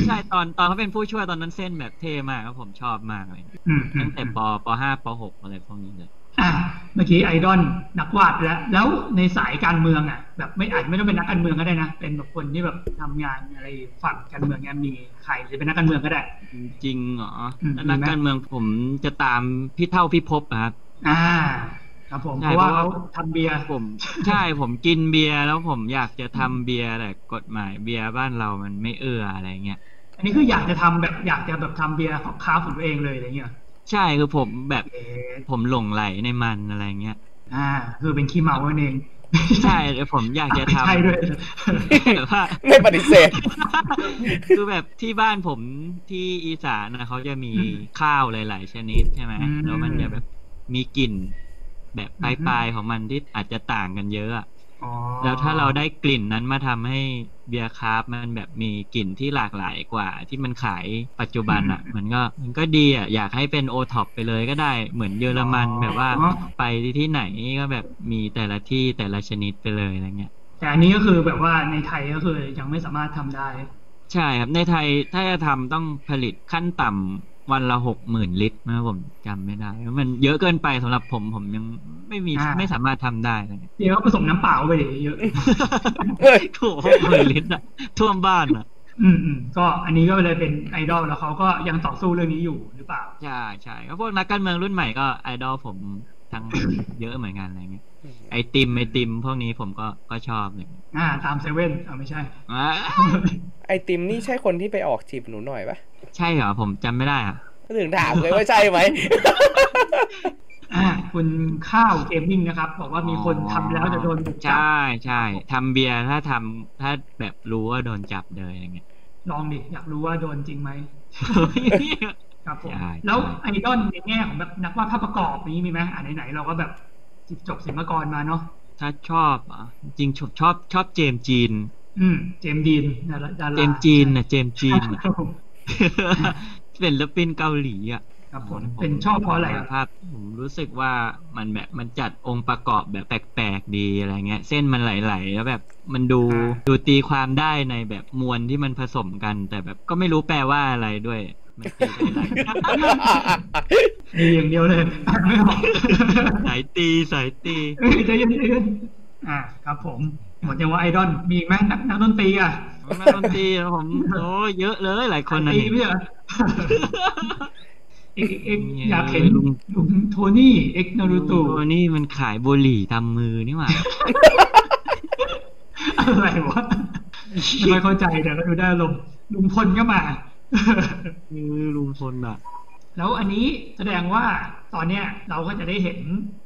A: ใช่ตอนตอนเขาเป็นผู้ช่วยตอนนั้นเส้นแบบเท่มากครับผมชอบมากเลย
B: อืม
A: ตั้งแต่ปปห้าปหกอะไรพวกนี้เลย
B: อ่ะเมื่อกี้ไอดอลนักวาดไปแล้ว แล้วในสายการเมืองอ่ะ แบบไม่อาจไม่ต้องเป็นนักการเมืองก็ได้นะ เป็นแบบคนที่แบบทำงานอะไรฝั่งการเมืองเนี่ยมีใครหรือเป็นนักการเมืองก็ได้
A: จริงๆเหรอ
B: อืม
A: แล้วนักการเมืองผมจะตามพี่เท่าพี่ภพบครับ
B: อ่า ครับผม
A: ใช่
B: เพราะว่า
A: เพ
B: เขา
A: ราะว่า
B: ทำเบียร์
A: ผมใช่ผมกินเบียร์แล้วผมอยากจะทำเบียร์แต่กฎหมายเบียร์บ้านเรามันไม่เอื้ออะไรเงี้ย
B: อันนี้คืออยากจะทำแบบอยากจะแบบทำเบียร์ของค้าของตัวเองเลยอะไรเงี้ย
A: ใช่คือผมแบบ
B: เอ๊ะ
A: ผมหลงไหลในมันอะไรเงี้ย
B: อ่า คือเป็นขี้เมานั่นเอง
A: ใช่แต่ผมอยากจะทำ
B: ใช่ด้วย
A: แต่ว่า
C: ไม่ปฏิเสธ
A: คือแบบที่บ้านผมที่อีสานนะเขาจะมีข้าวหลาย ๆ ชนิดใช่ไหม
B: อืม
A: แล้วมันจะแบบมีกลิ่น แบบป
B: อือฮึ
A: ลายๆของมันที่อาจจะต่างกันเยอะอะ
B: อ๋อ
A: แล้วถ้าเราได้กลิ่นนั้นมาทำให้เบียร์คราฟต์มันแบบมีกลิ่นที่หลากหลายกว่า ที่มันขายปัจจุบันอะ
B: อืม
A: มันก็มันก็ดีอะอยากให้เป็นโอท็อปไปเลยก็ได้เหมือนเยอรมัน
B: อ๋อ
A: แบบว่าไปที่ไหนก็แบบมีแต่ละที่แต่ละชนิดไปเลยอะไรเงี้ย
B: แต่อันนี้ก็คือแบบว่าในไทยก็คือยังไม่สามารถทำได้
A: ใช่ครับ ในไทยถ้าจะทำต้องผลิตขั้นต่ำวันละหกหมื่นลิตรนะผมจำไม่ได้ มันเยอะเกินไปสำหรับผมผมยังไม่มี
B: อ่า
A: ไม่สามารถทำได้เลย เนี่ย
B: เดี๋ยวผสมน้ำเปล่าไปเลยเยอะ
C: เฮ้ย
A: โถูกหกหมื่นลิตรอะท่วมบ้านอะ
B: อืมอืมก็อันนี้ก็เลยเป็นไอดอลแล้วเขาก็ยังต่อสู้เรื่องนี้อยู่หรือเปล่า
A: ใช่ใช่ก็พวกนักการเมืองรุ่นใหม่ก็ไอดอลผมทั้งเยอะเหมือนกันอะไรเงี้ยไอติมไอติมพวกนี้ผมก็ก็ชอบเลย
B: อ่า ตามเซเว่นอ่าไม่ใช่
A: อ่า
C: ไอติมนี่ใช่คนที่ไปออกจีบหนูหน่อยปะ
A: ใช่เหรอผมจำไม่ได้อะ
C: ก็ถึงถามเลยว่าใช่ ไหม
B: อ่า คุณข้าวเกมมิ่งนะครับ บอกว่ามีคนทำแล้วจะโดนจับ
A: ใช่ใช่ทำเบียร์ถ้าทำถ้าแบบรู้ว่าโดนจับเลยอะไรเงี้ย
B: ลองดิ อยากรู้ว่าโดนจริงไหมครับผม
A: ใช่
B: แล้วไอดอลในแง่ของแบบนักวาดภาพประกอบนี้มีไหมอ่าไหนๆเราก็แบบจบศิลปากรมาเนาะ
A: ถ้าชอบอ่ะจริงๆชอบชอบชอบเจมส์จีน
B: อืม เจมส์ดีนดาราดารา
A: เจมส์จีน นะเจมส์จีนน่ะ
B: ครับผม
A: เป็นศิลปินเกาหลีอ่ะ
B: ครับผมเป็นชอบเพราะอะไรครับ
A: ภาพผมรู้สึกว่ามันแบบมันจัดองค์ประกอบแบบแปลกๆดีอะไรเงี้ย เส้นมันไหลๆแล้วแบบมันดู
B: อ่า
A: ดูตีความได้ในแบบมวลที่มันผสมกัน แต่แบบก็ไม่รู้แปลว่าอะไรด้วยมันตีได้หลาย
B: มีอย่างเดียวเลย อ่านไม่ออก
A: สายตีสายตี
B: เอ้ยใจเย็นใจเย็นอ่า ครับผม หมดยังว่าไอดอลมีอีกไหมนักนักดนตรีอ่ะ
A: มาดนตรีนะผมโอ้เยอะเลยหลายคน
B: ด
A: นะ
B: ตรี
A: นี่
B: ไม่ ใช่เหรอเอ็กเอ็ก
A: เนี่ย
B: อยากเห็นลุงลุงโทนี่เอ็กนารูโต
A: โอ้นี่มันขายบุหรี่ทำมือนี่หว่า
B: อะไรวะไม่เข้าใจแต่ก็ดูได้ลมณ์ลุงพลก็มา
A: คือลุงพลอ่ะ
B: แล้วอันนี้แสดงว่าตอนเนี้ยเราก็จะได้เห็น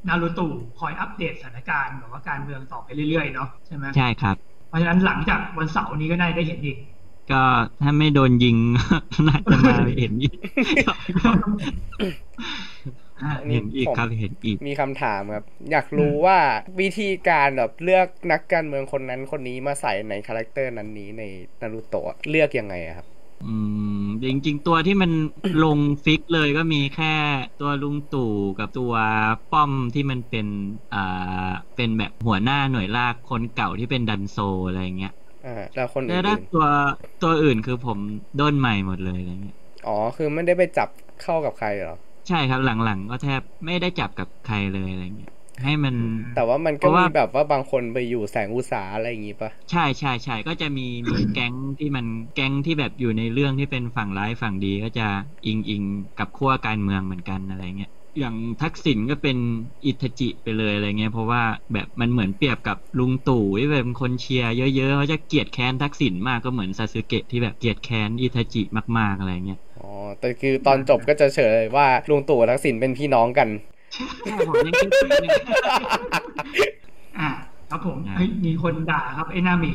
B: นารูโตคอยอัปเดตสถานการณ์แบบว่าการเมืองต่อไปเรื่อยๆเนาะใช่ไหม
A: ใช่ครับ
B: เพราะฉะนั้นหลังจากวันเสาร์นี้ก็น่าจะได้เห็นอีก
A: ก็ถ้าไม่โดนยิง น่าจะมาเห็นอีก
B: อ่า
C: อันนี้
A: เห็นอีกครับเห็นอีก
C: มีคำถามครับ อยากรู้ว่าวิธีการแบบเลือกนักการเมืองคนนั้นคนนี้มาใส่ในคาแรคเตอร์นั้นนี้ในนารูโตะเลือกยังไงอะครับ
A: อืม จริง ๆ ตัวที่มัน ลงฟิกเลยก็มีแค่ตัวลุงตู่กับตัวป้อมที่มันเป็นอ่าเป็นแบบหัวหน้าหน่วยลากคนเก่าที่เป็นดันโซอะไรอย่างเงี้ย
C: อ่าแล้วคน
A: แต่
C: อื่
A: ถ้าน ตัวตัวอื่นคือผมด้นใหม่หมดเลยอะไรเงี้ย
C: อ๋อคือไม่ได้ไปจับเข้ากับใครเหรอ
A: ใช่ครับหลังๆ ก็แทบไม่ได้จับกับใครเลยอะไรเงี้ยให้มัน
C: แต่ว่ามันก็
A: เพราะ
C: มี
A: ว่ามี
C: แบบว่าบางคนไปอยู่แสงอุตสาหอะไรอย่างงี้ปะ
A: ใช่ใช่ใช่ก็จะมีมี แก๊งที่มันแก๊งที่แบบอยู่ในเรื่องที่เป็นฝั่งร้ายฝั่งดีก็จะอิงอิงกับขั้วการเมืองเหมือนกันอะไรเงี้ย อย่างทักษิณก็เป็นอิทาจิไปเลยอะไรเงี้ยเพราะว่าแบบมันเหมือนเปรียบกับลุงตู่ที่แบบคนเชียร์เยอะๆเขาจะเกลียดแค้นทักษิณมากก็เหมือนซาสึเกะที่แบบเกลียดแค้นอิทาจิมากๆอะไรเงี้ย
C: อ๋อแต่คือตอนจบก็จะเฉลยว่าลุงตู่กับทักษิณเป็นพี่น้องกัน
A: ผมยังคิดถึงเลย
B: อ่าครับผม
A: อ่า
B: เฮ้ยมีคนด่าครับไอ้หน้าหมี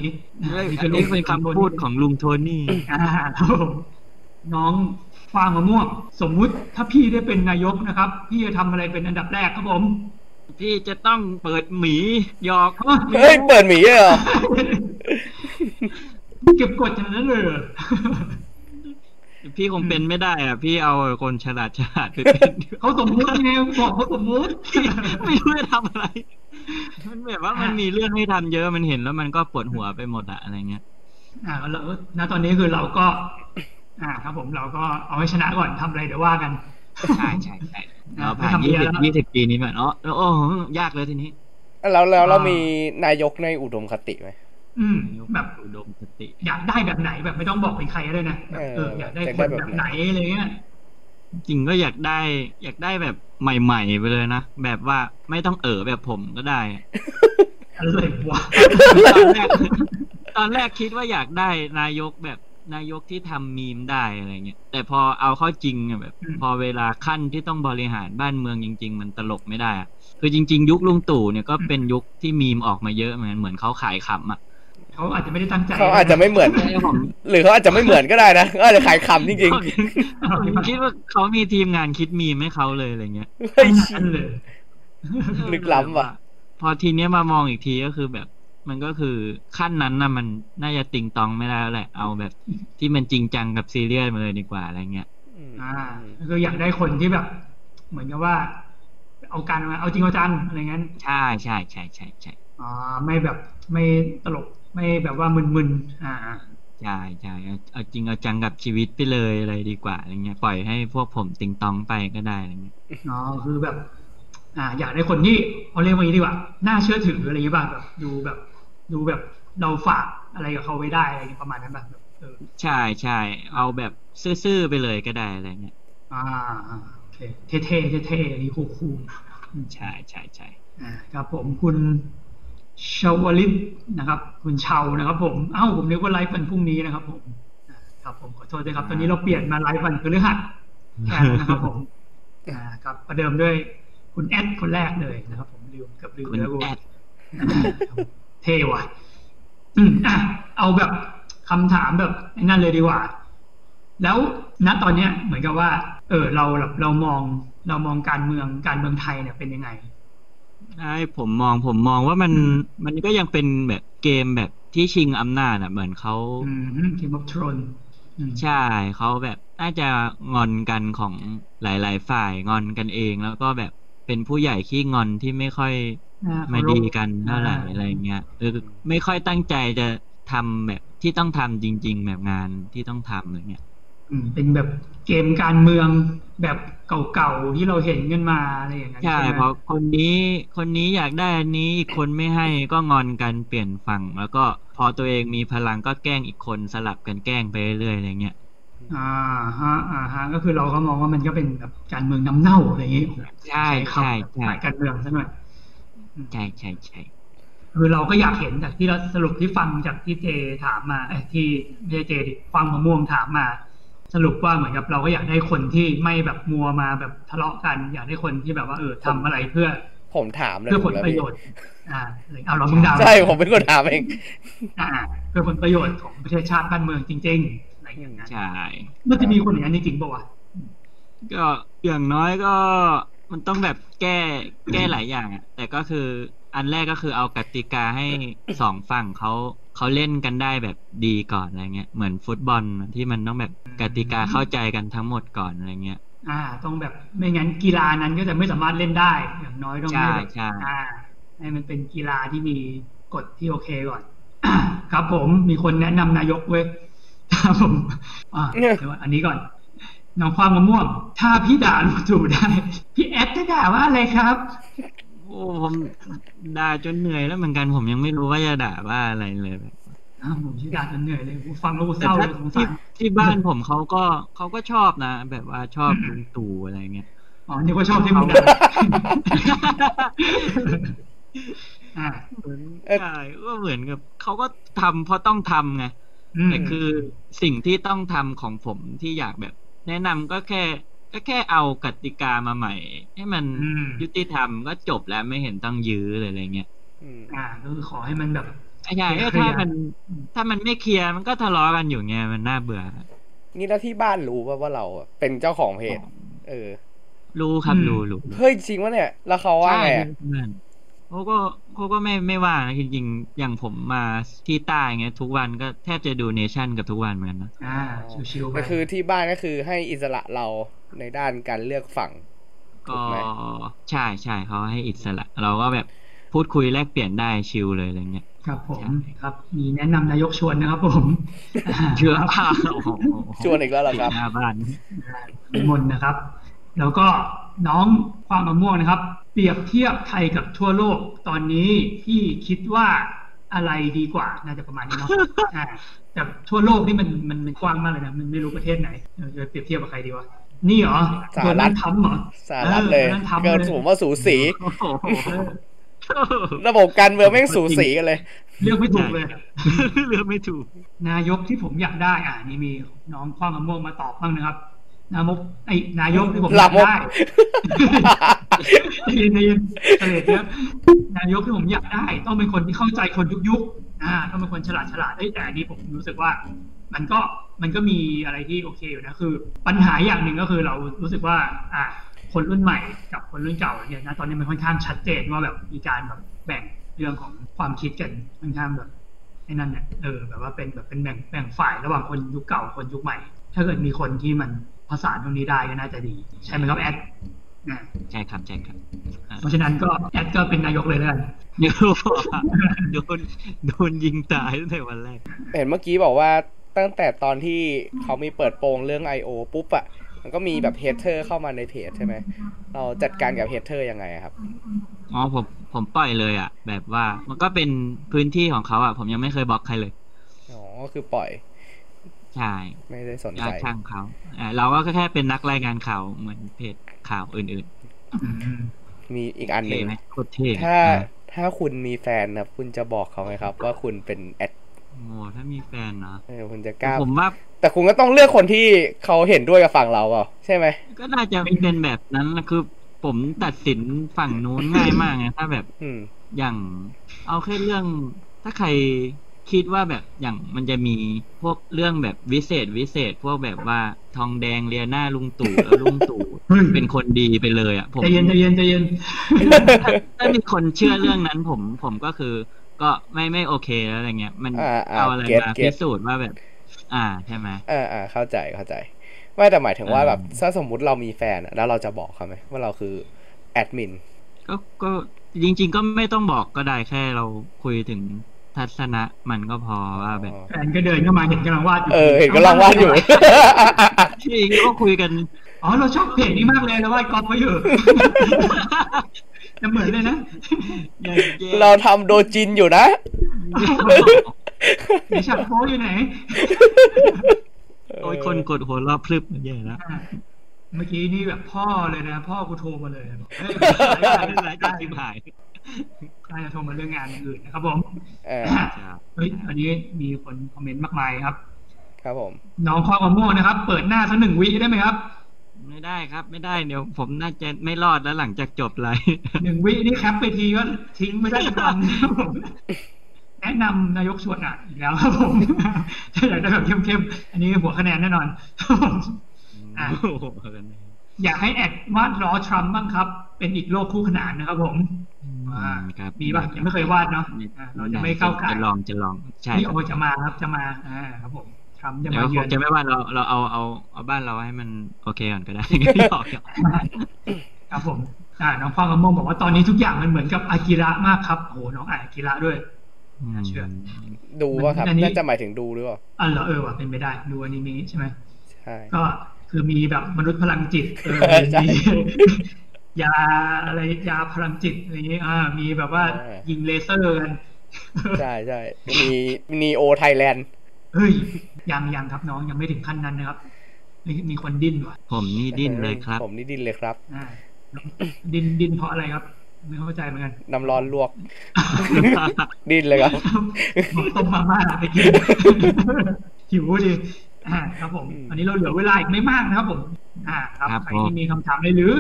B: มี
A: อันนี้เป็นคำพูดของลุงโทนี่
B: อ่าครับผมน้องฟางมะม่วง สมมุติถ้าพี่ได้เป็นนายกนะครับ พี่จะทำอะไรเป็นอันดับแรกครับผม
A: พี่จะต้องเปิดหมีหยอก
C: เฮ้ย เปิดหมีเลยเหรอ
B: เก็บกดอย่างนั้นเลยเหรอ
A: พี่คงเป็นไม่ได้อ่ะ พี่เอาคนฉลาดฉลาดไปเป็น
B: เขาสมมุติไงบอกเขาสมมุติ
A: ไม่รู้จะทำอะไร มันแบบว่ามันมีเรื่องให้ทำเยอะมันเห็นแล้วมันก็ปวดหัวไปหมดอะอะไรเงี้ย
B: อ่าแล้วณตอนนี้คือเราก็ อ่า ครับผมเราก็เอาให้ชนะก่อนทำอะไรเดี๋ยวว่ากัน
A: ใช่ใช่ใช่เราผ่าน
B: ไม่ทำ
A: ยี่
B: เยอะ
A: สิบ
B: แล้ว
A: ยี่สิบปีนี้มาเนาะโอ้โหยากเลยทีนี้
C: แล้วแล้วเรา
B: อ่ามี
C: มีนายกในอุดมคติไหม
B: อืม แบบ
A: อุดมสติ
B: อยากได้แบบไหนแบบไม่ต้องบอกเป็นใครก็ได้นะแบบเออ
C: เอออย
B: อากได้
C: อยาก
B: ค
C: ได้
B: น
C: แบบ
B: แบบไหนอะไรเงี้ย
A: จริงก็อยากได้ อยากได้แบบใหม่ๆไปเลยนะ แบบว่าไม่ต้องเออแบบผมก็ได้
B: อะไรวะ
A: ตอนแรกตอนแรกคิดว่าอยากได้นายกแบบนายกที่ทำมีมได้อะไรเงี้ยแต่พอเอาเข้าจริงอะแบบ พอเวลาขั้นที่ต้องบริหารบ้านเมืองจริง ๆ มันตลกไม่ได้อะคือจริง ๆ ยุคลุงตู่เนี่ยก็เป็นยุคที่มีมออกมาเยอะเหมือนเหมือนเขาขายขำอ่ะ
B: เขาอาจจะไม่ได้ตั้งใจ
C: เขาอาจจะไม่เหมือน
A: ใช่ผม
C: หรือเขาอาจจะไม่เหมือนก็ได้นะเขาอาจจะขายคำจริง
A: ผมคิดว่าเขามีทีมงานคิดมีมให้เขาเลยอะไรเงี้ย
C: ๆเฮ้
B: ไม่
C: ย
B: ชันเลย
C: ลึกล้ำว่ะ
A: พอทีเนี้ยมามองอีกทีก็คือแบบ มันก็คือขั้นนั้นนะมันน่าจะติงตองไม่ได้แล้วแหละ เอาแบบที่มันจริงจังกับซีเรียสมาเลยดีกว่าอะไรเงี้ย
B: อ่าก็คืออยากได้คนที่แบบ เหมือนกับว่า เอาการมาเอาจริงเอาจังอะไรเงี้ย
A: ใช่ใช่ใช่ใช่ใช่
B: อ่าไม่แบบไม่ตลกไม่แบบว่ามึนๆอ่า
A: ใช่ใช่เอาเอาจริงเอาจังกับชีวิตไปเลยอะไรดีกว่าอะไรเงี้ยปล่อยให้พวกผมติงตองไปก็ได้อะไรเงี้ย
B: อ๋อคือแบบ อ่า อยากได้คนที่เอาเรียกว่าอย่างนี้ดีกว่า น่าเชื่อถืออะไรอย่างนี้ป่ะแบบดูแบบ ดูแบบเราฝากอะไรกับเขาไว้ได้อะไรอย่างประมาณนั้นป่ะแบบเออ
A: ใช่ใช่เอาแบบซื่อๆไปเลยก็ได้อะไรเงี้ย
B: อ่าอ่าโอเคเท่ๆเท่ๆอะไรคูคูลๆอืม
A: ใช่ใช่ใช่
B: อ่าครับผมคุณชาวลิตนะครับ คุณชาวนะครับ ผมเอ้าผมนึกว่าไลฟ์วันพรุ่งนี้นะครับ ผมอ่าครับผมขอโทษด้วยครับ ตอนนี้เราเปลี่ยนมาไลฟ์วันพฤหัสแทนนะครับ ผมอ่าครับประเดิมด้วยคุณแอดคนแรกเลยนะครับ ผมลืม เกับลืม
A: คุณ
B: แล้วกู
A: แอด
B: เท่ว่ะอืมอ่ะเอาแบบคำถามแบบไอ้นั่นเลยดีกว่า แล้วณตอนเนี้ย เหมือนกับว่า เออ เราแบบเรามอง เรามองการเมืองการเมืองไทยเนี่ยเป็นยังไง
A: ใช่ผมมองผมมองว่ามันมันก็ยังเป็นแบบเกมแบบที่ชิงอำนาจอ่ะเหมือนเขา
B: อืมเกมออฟทรอน
A: ใช่ เขาแบบน่าจะงอนกันของหลาย ๆ ฝ่ายงอนกันเอง แล้วก็แบบเป็นผู้ใหญ่ขี้งอนที่ไม่ค่อยมาดีกันเท่าไหร่อะไรเงี้ยเออไม่ค่อยตั้งใจจะทำแบบที่ต้องทำจริง ๆ แบบงานที่ต้องทำอะไรเงี้ย
B: เป็นแบบเกมการเมืองแบบเก่าๆที่เราเห็นกันมาอะไรอย่างนั้น
A: ใช่
B: ไหม
A: เพราะคนนี้คนนี้อยากได้อันนี้อีกคนไม่ให้ก็งอนกันเปลี่ยนฝั่ง แล้วก็พอตัวเองมีพลังก็แกล้งอีกคนสลับกันแกล้งไปเรื่อยๆอะไรเงี้ย
B: อ่าฮะอ่าฮะก็คือเราก็มองว่ามันก็เป็นแบบการเมืองน้ำเน่าอะไรอย่างนี้
A: ใช่ใช่
B: คำ
A: ใช่
B: ฝ่ายการเมืองซะหน่อย
A: ใช่ใช่ใช่
B: คือเราก็อยากเห็นจากที่เราสรุปที่ฟังจากที่เจถามมาเอ้ยที่ไม่ใช่เจดิฟังมะม่วงถามมา สรุปว่าเหมือนกับเราก็อยากได้คนที่ไม่แบบมัวมาแบบทะเลาะกัน อยากได้คนที่แบบว่าเออทำอะไรเพื่อ
C: ผมถามเลย
B: เพื่อผล
C: แล้ว
B: ประ
C: พี่
B: โยชน์ อ่าอะไรเอาเรามึงดาว
C: ใช่ ผมเป็นคนถามเอง
B: อ่า เพื่อผลประโยชน์ของประเทศชาติบ้านเมืองจริงๆอะไรอย่างนั้น
A: ใช่
B: มันจะมีคนอย่างนั้นจริงๆป่าวะ
A: ก็อย่างน้อยก็มันต้องแบบแก้แก้หลายอย่างอะแต่ก็คืออันแรกก็คือเอากติกาให้ สองฝั่งเขาเขาเล่นกันได้แบบดีก่อนอะไรเงี้ยเหมือนฟุตบอลที่มันต้องแบบกติกาเข้าใจกันทั้งหมดก่อนอะไรเงี้ย
B: อ่า ต้องแบบไม่งั้นกีฬานั้นก็จะไม่สามารถเล่นได้ อย่างน้อยต้องห้แบบ
A: ใช่ใช่
B: อ่าให้มันเป็นกีฬาที่มีกฎที่โอเคก่อน ครับผมมีคนแนะนำนายกเว้ย ครับผมอ่า
C: เนี่ย
B: เดี๋ยวอันนี้ก่อน น้องความมะม่วง ถ้าพี่ด่าลุงตู่ได้ พี่แอดจะด่าว่าอะไรครับ
A: โอ้ผมด่าจนเหนื่อยแล้วเหมือนกันผมยังไม่รู้ว่าจะด่าว่าอะไรเลยแบบ
B: อ้าวผมชื่อด่าจนเหนื่อยเลยกูฟังแล้วกูเศ
A: แต่
B: ร้าเล
A: ถ้าย
B: สงสา
A: ที่
B: ร
A: ที่บ้านผมเขาก็เขาก็ชอบนะ แบบว่าชอบลุงตู่อะไรเงี้ย
B: อ๋อนี่ก็ชอบที่มึงด่า อ่า
C: เออ
A: ใช่ก็เหมือนกับเขาก็ทำเพราะต้องทำไง
B: ม
A: แต่คือสิ่งที่ต้องทำของผมที่อยากแบบ แนะนำก็แค่ ก็แค่เอากติกามาใหม่ ให้มัน
B: อืม
A: ยุติธรรมก็จบแล้วไม่เห็นต้องยื้อเลยอะไรเงี้ย
C: อืม
B: อ่าก็คือขอให้มันแบบ
A: ไอ้ใหญ่
B: ไม่
A: ก็
B: เคลียร์
A: ถ้ามันถ้ามันไม่เคลียร์มันก็ทะเลาะกันอยู่ไงมันน่าเบื่อ
C: นี่แล้วที่บ้านรู้ป่ะว่าเราอะเป็นเจ้าของเพจ เออ
A: รู้ครับ
B: อืม
A: รู้รู้
C: เฮ้ยจริงวะเนี่ย แล้วเขาว่า
A: ใช่
C: ไงอะ
A: เพื่อนเขาก็เขาก็ไม่ไม่ว่านะจริงๆอย่างผมมาที่ใต้ไงทุกวันก็แทบจะดูเนชั่นกับทุกวันเหมือนกันนะ
B: อ่า ชิวๆไป
C: ก็คือที่บ้านก็คือให้อิสระเราในด้านการเลือกฝั่ง ถู
A: ก็
C: กไหม
A: ใช่ใช่เขาให้อิสระ เราก็แบบพูดคุยแลกเปลี่ยนได้ชิลเลยอะไร เงี้ย
B: ครับผมครับ มีแนะนำนายกชวนนะครับผม
A: เชื่อผ้า
C: ชวนอีกแล้วเหรอครับ
A: หน้าบ้าน
B: นิมนต์นะครับ แล้วก็น้องความมะม่วงนะครับ เปรียบเทียบไทยกับทั่วโลกตอนนี้พี่คิดว่าอะไรดีกว่าน่าจะประมาณนี้เนาะ อ่าแต่ทั่วโลกนี่มันมันมันกว้างมากเลยนะมันไม่รู้ประเทศไหนเออจะเปรียบเทียบกับใครดีวะนี่เหรอ
C: ส
B: โด
C: หรัฐ
B: นัลด์ทรัมป์เหรอ
C: สารัฐเล
B: อ
C: ย
B: อโดนัลด์ทรัมป์
C: ก็
B: เลย
C: สูงว่าสูสี
A: โอ้โห
B: เออ
C: ระบบการเมืองแม่งสูสีกันเลย
B: เลือกไม่ถูกเลย
A: เลือกไม่ถูก
B: นายกที่ผมอยากได้ อ่านี่มีน้องความมะม่วงมาตอบบ้างนะครับ นายกไอ้นายกที่ผม
C: ห
B: อ
C: ลั
B: ยา
C: บ
B: ก
C: มก
B: ได้ได้ยินได้ยินเฉลยครับนายกที่ผมอยากได้ ต้องเป็นคนที่เข้าใจคนทุกยุคอ่าต้องเป็นคนฉลาดฉลาดเอ้ยแต่อันนี้ผมรู้สึกว่า มันก็มันก็มีอะไรที่โอเคอยู่นะคือ ปัญหาอย่างหนึ่งก็คือเรารู้สึกว่า อ่า คนรุ่นใหม่กับคนรุ่นเก่าเนี่ยนะตอนนี้มันค่อนข้างชัดเจนว่าแบบมีการแบบแบ่งเรื่องของความคิดกันค่อนข้างแบบ ไอ้นั่นเนี่ยเออแบบว่าเป็นแบบเป็นแบ่งแบ่งฝ่ายระหว่างคนยุคเก่าคนยุคใหม่ ถ้าเกิดมีคนที่มันผสานตรงนี้ได้ก็น่าจะดี ใช่ไหมครับแอดนะ
A: ใช่ครับใช่ครับ
B: เพราะฉะนั้นก็แอดก็เป็นนายกเลยแล้วกัน
A: โอ้โหโดนโดนยิงตายตั้งแต่วันแรก
C: เห็นเมื่อกี้บอกว่าตั้งแต่ตอนที่เขามีเปิดโปงเรื่อง I.O. ปุ๊บอะมันก็มีแบบเฮเทอร์เข้ามาในเพจใช่ไหม เราจัดการกับเฮเทอร์ยังไงอะครับ
A: อ๋อผมผมปล่อยเลยอ่ะ แบบว่ามันก็เป็นพื้นที่ของเขาอ่ะ ผมยังไม่เคยบล็อกใครเลย
C: อ๋อ ก็คือปล่อย
A: ใช่
C: ไม่ได้สน
A: ยา
C: ใจ
A: กช่างเขาอ่าเราก็แค่เป็นนักรายงานข่าวเหมือนเพจข่าวอื่น
B: อืม
C: มีอีกอัน
A: ๆ
C: ห
A: เท่
C: นึ่ง
A: ไหมโคตรเท่
C: ถ้า
A: อ่ะ
C: ถ้าคุณมีแฟนนะคุณจะบอกเขาไหมครับ ว่าคุณเป็นแอด
A: โอ้โหถ้ามีแฟนเนาะ
C: เออคุณจะกล้า
A: ผมว่า
C: แต่คุณก็ต้องเลือกคนที่เขาเห็นด้วยกับฝั่งเราเปล่าใช่ไหม
A: ก็น่าจะเป็นแบบนั้นนะคือ ผมตัดสินฝั่งนู้นง่ายมากไงถ้าแบบ
C: อืม
A: อย่าง เอาแค่เรื่อง ถ้าใครคิดว่าแบบอย่างมันจะมีพวกเรื่องแบบวิเศษวิเศษ พวกแบบว่าทองแดงเลียหน้าลุงตู่แล้วลุงตู่เป็นคนดีไปเลยอ่ะ ผม
B: ใจเย็นใจเย็นใจเย็น
A: ถ้ามีคนเชื่อเรื่องนั้น ผมผมก็คือ ก็ไม่ไม่โอเคแล้วอะไรเงี้ย มัน
C: อ่าอ่า
A: เอาอะไร
C: เก็ต
A: มา
C: เก็ต
A: พิสูจน์ว่าแบบ อ่าใช่ไหม
C: อ่าอ่าเข้าใจเข้าใจ ไม่แต่หมายถึงว่า
A: อ่า
C: แบบถ้าสมมุติเรามีแฟนอะแล้วเราจะบอกเขาไหมว่าเราคือแอดมิน
A: ก็ก็จริง ๆ ก็ไม่ต้องบอกก็ได้แค่เราคุยถึงทัศนะมันก็พอว่าแบบ
B: แฟนก็เดินเข้ามาเห็นกำลังวาดอยู่
C: เออ เห็นกำลังวาดอยู่
A: จริงๆก็คุยกัน
B: อ๋อเราชอบเพจนี้มากเลยเราวาดกอล์ฟไว้เยอะจะเหมือนเลยนะ
C: เราทำโดจินอยู่นะ
B: มีฉากโป๊อยู่ไหน
A: โอ้ยคนกดหัวเรอบพลึบแย่แล้ว
B: อ่าเมื่อกี้นี่แบบพ่อเลยนะ พ่อกูโทรมาเลยบอกเฮ้ย
A: ไม่เป็นไรจะทิมหาย
B: น่าจะโทรมาเรื่องงานอย่างอื่นนะครับผม
C: เออ
B: เฮ้ยอันนี้มีคนคอมเมนต์มากมายครับ
C: ครับผม
B: น้องข้อความม่วงนะครับ เปิดหน้าสักหนึ่งวิได้ไหมครับ
A: ไม่ได้ครับไม่ได้เดี๋ยวผมน่าจะไม่รอดแล้วหลังจากจบไลฟ์
B: หนึ่งวินี่แคปไปทีก็ทิ้งไม่ได้สักวัน ครับผมแนะนำนายกชวนอ่ะอีกแล้วครับผม ถ้าอยากได้แบบเข้มๆ อันนี้หัวคะแนนแน่น อนครับผม อ่ะ
A: โอ้โหอะไรเนี่ย
B: อยากให้แอดวาดล้อทรัมป์บ้างครับ เป็นอีกโลกคู่ขนานนะครับผมอ่า
A: ครับ
B: มีป่ะยังไม่เคยวาดเนาะอ่าเราจะไม่เข้าไก่
A: จะลองจะลองใช่
B: นี่
A: ครั
B: โอบ จะมาครับจะมาอ่าครับผมทรัมป์จะ
A: แต่
B: มา
A: ว่า
B: เยื
A: ค
B: อง น
A: จะไม่ว่าเราเราเอาเอาเอาบ้านเราให้มันโอเคก่อน ก็ได้ หยอกหยอก
B: ครับผมอ่าน้องพ่อกระม่วงบอกว่าตอนนี้ทุกอย่างมันเหมือนกับอากิระมากครับโหน้องอ่านอากิระด้วย น่าเชื่อ
C: ดูว่าครับ
B: อันนี้
C: น่าจะหมายถึงดูหรือเปล่า
B: อันเหรอเออว่ะเป็นไปได้ดูอนิเมะใช่ไหม
C: ใช่
B: ก็คือมีแบบมนุษย์พลังจิตเออ
C: ใช่
B: มี ยาอะไรยาพลังจิตอะไรอย่างงี้อ่า มีแบบว่า
C: เออ
B: ยิงเลเซอร์กัน
C: ใช่ใช่มีนีโอไทยแลนด์
B: เฮ้ยยังยังครับน้องยังไม่ถึงขั้นนั้นนะครับ มีมีคนดิ้นว่ะ
A: ผมนี่ดิ้นเลยครับ
C: ผมนี่ดิ้นเลยครับ
B: อ่าดิ้นดิ้นเพราะอะไรครับ ไม่เข้าใจเหมือนกัน
C: น้ำร้อนลวก ดิ้นเลยครับ
B: บอกต้ม มาม่าไปกิน หิวดิอ่าครับผม
C: อืม
B: อันนี้เราเหลือเวลาอีกไม่มากนะครับผม อ่า ครับ
A: ครับ
B: ใคร
A: ผม
B: ที่มีคำถามอะไรหรือ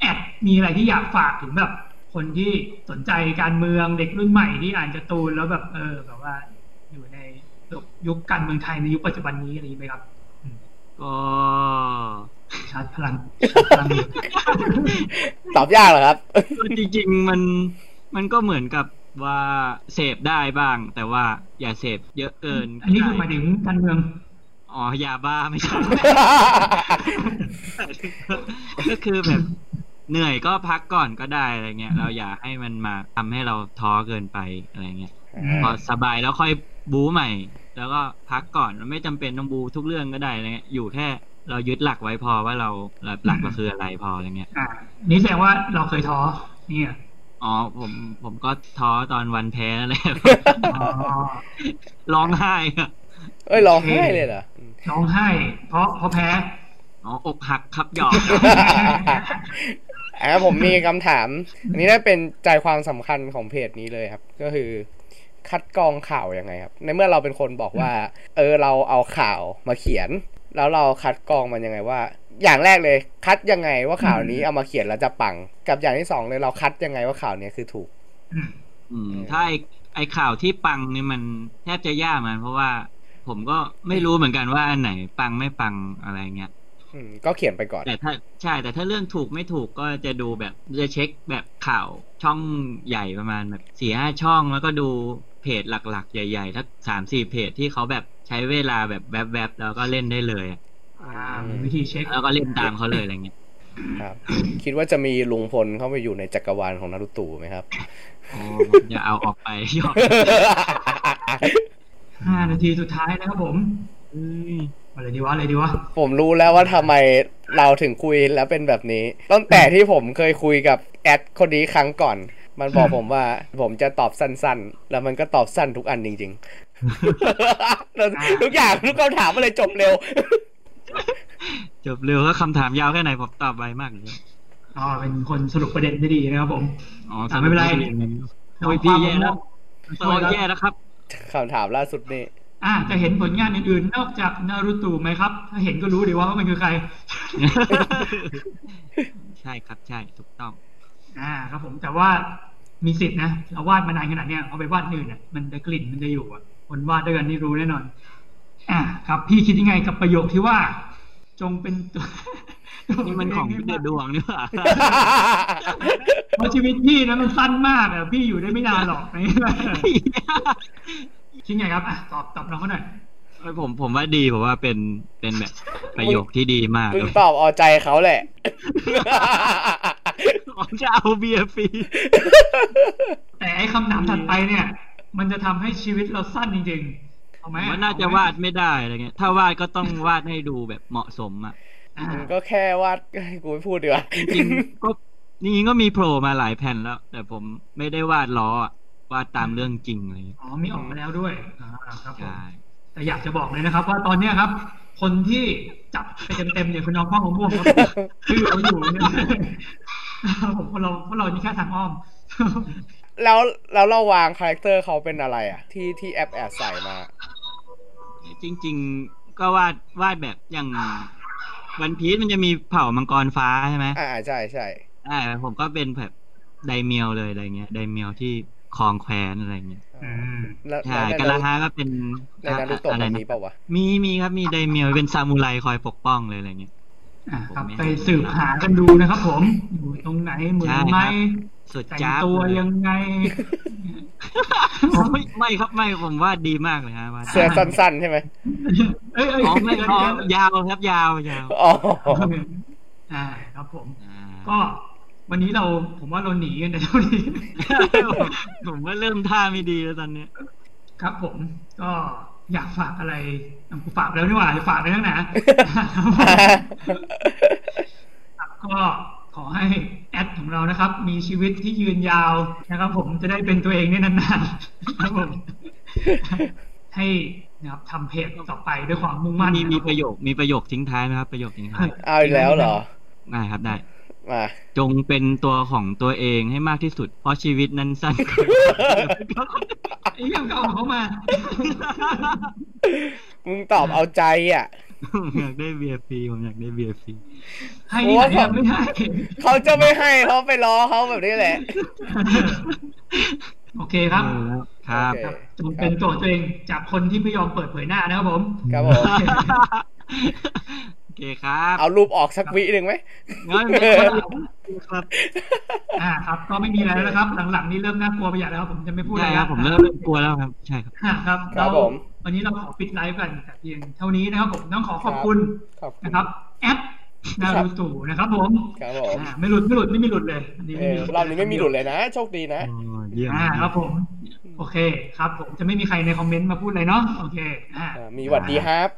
B: แอบมีอะไรที่อยากฝากถึงแบบ คนที่สนใจการเมืองเด็กรุ่นใหม่ที่อ่านการ์ตูนแล้วแบบเออแบบว่า อยู่ในยุคการเมืองไทยในยุคปัจจุบันนี้อะไรอย่างนี้ไหมครับ
A: ก็
B: ชาร์จพลังชาร์จพลังอยู่
C: ตอบยากเหรอครับ
A: จริงๆมันมันก็เหมือนกับว่าเสพได้บ้าง แต่ว่าอย่าเสพเยอะเกิน
B: อันนี้คือหมายถึงการเมือง
A: อ๋อยาบ้าไม่ใช่ ก็คือแบบเหนื่อยก็พักก่อนก็ได้อะไรเงี้ย เราอย่าให้มันมาทำให้เราท้อเกินไปอะไรเงี้ย
B: อืม
A: พอสบายแล้วค่อยบู๊ใหม่ แล้วก็พักก่อนมันไม่จำเป็นต้องบู๊ทุกเรื่องก็ได้อะไรเงี้ยอยู่แค่เรายึดหลักไว้พอว่าเราหลักหลักเราคืออะไรพออะไรเงี้ย
B: อ่าอันนี่แสดงว่าเราเคยท้อเนี่ย
A: อ๋อผมผมก็ท้อตอนวันแพ้นั่นแหละ
B: อ๋อ
A: ร้องไห้อะ
C: เอ้ยร้องไห้เลยเหรอ
B: ร้องไห้ เพราะเพราะแพ้
A: อ๋ออกหักครับหยอก
C: อ่ะผมมีคำถาม อันนี้น่าเป็นใจความสำคัญของเพจนี้เลยครับ ก็คือ คัดกรองข่าวยังไงครับ ในเมื่อเราเป็นคนบอกว่า เออเราเอาข่าวมาเขียน แล้วเราคัดกรองมันยังไงว่า อย่างแรกเลย คัดยังไงว่าข่าวนี้เอามาเขียนแล้วจะปัง กับอย่างที่สองเลยเราคัดยังไงว่าข่าวเนี้ยคือถูก
B: อืม
A: อืม
C: เออ
A: ถ้าไอไอข่าวที่ปังเนี่ยมันแทบจะยากมันเพราะว่าผมก็ไม่รู้เหมือนกันว่าอันไหนปังไม่ปังอะไรเงี้ย
C: อืมก็เขียนไปก่อน
A: แต่ถ้าใช่แต่ถ้าเรื่องถูกไม่ถูกก็จะดูแบบจะเช็คแบบข่าวช่องใหญ่ประมาณแบบสี่ห้าช่องแล้วก็ดูเพจหลักๆ ใหญ่ๆทั้งสามสี่เพจที่เขาแบบใช้เวลาแบบแวบๆแล้วก็เล่นได้เลยอะ
B: อ่ามีวิธีเช็ค
A: แล้วก็เล่นตามเขาเลยอะไรเงี้ย
C: ครับ คิดว่าจะมีลุงพลเข้าไปอยู่ในจักรวาลของนารูตูไหมครับ
A: โอ้ผมจะเอาออกไปยอม
B: ห้านาทีสุดท้ายนะครับผม
A: เอ้ย
B: อะไรดีวะอะไรดีวะ
C: ผมรู้แล้วว่าทำไมเราถึงคุยแล้วเป็นแบบนี้ ตั้งแต่ที่ผมเคยคุยกับแอดคนนี้ครั้งก่อน มันบอกผมว่าผมจะตอบสั้นๆ แล้วมันก็ตอบสั้นทุกอันจริงๆ ทุกอย่างทุกคำถามอะไรจบเร็ว
A: จบเร็วแล้วคำถามยาวแค่ไหนผมตอบไวมากเลย
B: อ๋อ เป็นคนสรุปประเด็นได้ดีนะครับผม
A: อ๋อ
B: แต่ไม่เป็นไร
A: โอ้ยพี่แย่แล้ว
B: ช่วย
A: โอ้ย
B: แล้ว
A: แย่แล้วครับ
C: คำถามล่าสุดนี่
B: อ่า จะเห็นผลงานอื่นๆ นอกจากนารูตูไหมครับ ถ้าเห็นก็รู้ดีว่ามันคือใคร
A: ใช่ครับใช่ถูกต้อง
B: อ่า ครับผม แต่ว่ามีสิทธิ์นะเราวาดมานานขนาดเนี้ยเอาไปวาดอื่นอ่ะ มันจะกลิ่นมันจะอยู่อ่ะ คนวาดด้วยกันนี่รู้แน่นอน อ่า ครับ พี่คิดยังไงกับประโยคที่ว่า จงเป็นตัว
A: นี่มันของเดือดดวงนี่หว่า
B: เพราะชีวิตพี่นะมันสั้นมากอ่ะพี่อยู่ได้ไม่ นานหรอกนะ คิดไงครับอ่ะตอบตอบน้องเขาหน่อย
A: เอ้ยผมผมว่าดีผมว่าเป็นเป็นแบบประโยคที่ดีมาก
C: มึงตอบเอาใจเขาแหละ
A: ผมจะเอาเบียร์ฟรี
B: แต่ไอ้คำถามถัดไปเนี่ย มันจะทำให้ชีวิตเราสั้นจริงๆเอาไหม
A: ผมว่าน่าจะวาดไม่ได้อะไรเงี้ย ถ้าวาดก็ต้องวาดให้ดูแบบเหมาะสมอ่ะ
B: อ่า
C: มึงก็แค่วาดให้กูไม่พูดดีกว่า
A: จริงๆก็จริงๆก็มีโผล่มาหลายแผ่นแล้ว แต่ผมไม่ได้วาดล้ออะวาดตามเรื่องจริงอะไรเลย
B: อ๋อมีออกมาแล้วด้วยอ่าครับผม
A: ใช่
B: แต่อยากจะบอกเลยนะครับ ว่าตอนเนี้ยครับ คนที่จับไปเต็มๆเนี่ยคุณน้องข้าวของม่วงครับชื่อเขาอยู่เนี่ย ครับผมพวกเราพวกเรานี่แค่ทางอ้อม
C: แล้วแล้วเราวางคาแรคเตอร์เขาเป็นอะไรอ่ะ ที่ที่แอปแอดใส่มา
A: จริง ๆ ก็วาดวาดแบบอย่างวันพีซมันจะมีเผ่ามังกรฟ้าใช่ไหม
C: อ่าใช่ใช่
A: ใช่ผมก็เป็นแบบไดเมียวเลยอะไรเงี้ยไดเมียวที่คลองแควนอะไรเงี้ย
B: อืม
C: แล้ว
A: ใช่
C: แล้วใน
A: กาลาฮาก็เป็น
C: ในนารูโตะ
A: อะไร
C: มันมี
A: นะ
C: ปะวะ
A: มีมีครับมีไดเมียวเป็นซามูไรคอยปกป้องเลยอะไรเงี้ย
B: อ่ะครับ
A: ผมไม่
B: ไปสืบหากันดูนะครับผม อยู่ตรงไหนเหมือนไหม
A: ใช่ครับ สุด
B: แต่ง
A: จ้าบ
B: ตัว
A: เลย
B: ยังไง
A: ไม่ ไม่ครับไม่ผมวาดดีมากเลยฮะวาด
C: เสื้อสั้นๆใช่ไหม
B: เอ้ยเอ้ย
A: อ๋อไม่
B: เดี๋ยว
A: อ๋อ
B: เดี๋ยวย
A: าวครับยาวยาว
C: อ๋อ
B: อ่าครับผม
A: อ่า
B: ก็วันนี้เราผมว่าเราหนีกันแต่เท่านี้
A: ผ มผมว่าเริ่มท่าไม่ดีแล้วตอนเนี้ย
B: ครับผมก็อยากฝากอะไรอ่ะกูฝากแล้วนี่หว่าฝากไปทั้งหนา ครับก็ขอให้แอดของเรานะครับ มีชีวิตที่ ยืนยาวนะครับ ผมจะได้เป็นตัวเองได้นานๆครับผม ให้นะครับทำเพจต่อไปด้วยความมุ่งมั่น
A: มี
B: นคบ
A: มีประโยค มีประโยคทิ้งท้ายไหมครับ ประโยคทิ้งท้าย
C: เอาอีกแล้วเหรอ
A: ได้ครับได้
C: มา
A: จงเป็นตัวของตัวเองให้มากที่สุด เพราะชีวิตนั้นสั้น
B: ไอ้เรื่องเก่าของเขามา
C: มึงตอบเอาใจอ่ะ
A: ผมอยากได้เบียร์ฟรีผมอยากได้เบียร์ฟรี
B: ให้นี่ไหนอะไม่ได้
C: เขาจะไม่ให้เขาไปล้อเขาแบบนี้แหละ
B: โอเคครับ
A: เออแล้วครับ
C: โอ
B: จง
C: เค
B: เป็นตัวตัวเองจากคนที่ไม่ยอมเปิดเผยหน้านะครับผม
C: ครับผม
A: โอเคครับ
C: เอารูปออกสักวิหนึ่งไหม
A: งั้นเดี๋ยวครับ
B: อ่าครับ ก็ไม่มีอะไรแล้วนะครับ หลังๆนี่เริ่มน่ากลัวไปอย่างแล้วผมจะไม่พูดอะ
A: ใช่
B: ไร
A: ครับ
B: บ
A: ผมเริ่มเริ่มกลัวแล้วครับ ใช่ครับ
B: อ่าครับ
C: ค
B: แล้
C: รับ
B: ว
C: ผม
B: วันนี้เราขอปิดไลฟ์กันแต่เพียงเท่านี้นะครับ ผมต้องขอขอบคุณ
C: ขอบคุณ
B: นะครับ แอปนารูตูนะครับผม
C: ครับผม
B: อ่าไม่หลุดไม่หลุดไม่มีหลุดเลยอันนี้
C: เอ
B: ไม่
C: อ
B: มีหลุด
C: รอบนี้ไม่มีหลุดเลยนะ โชคดีนะ
A: อ๋อเยี่ยม
B: อ่าครับผม โอเคครับ ผมจะไม่มีใครในคอมเมนต์มาพูดอะไรเนาะโอเคอ่า
C: อ่ามีหวัดดีครับ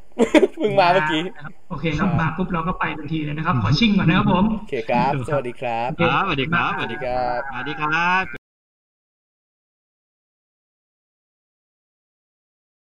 C: เพิ่งมาเมื่อกี้
B: โอเคครับมาปุ๊บเราก็ไปทันทีเลยนะครับ ขอชิ่งก่อนนะครับผม
C: โอเคครับ สวัสดีครับ
A: ครับสวัสดีครับ สวัส
C: สวัส
A: ดี
C: ดี
A: ค
C: ครับ
A: ส
C: รับ
A: วัสดีครับ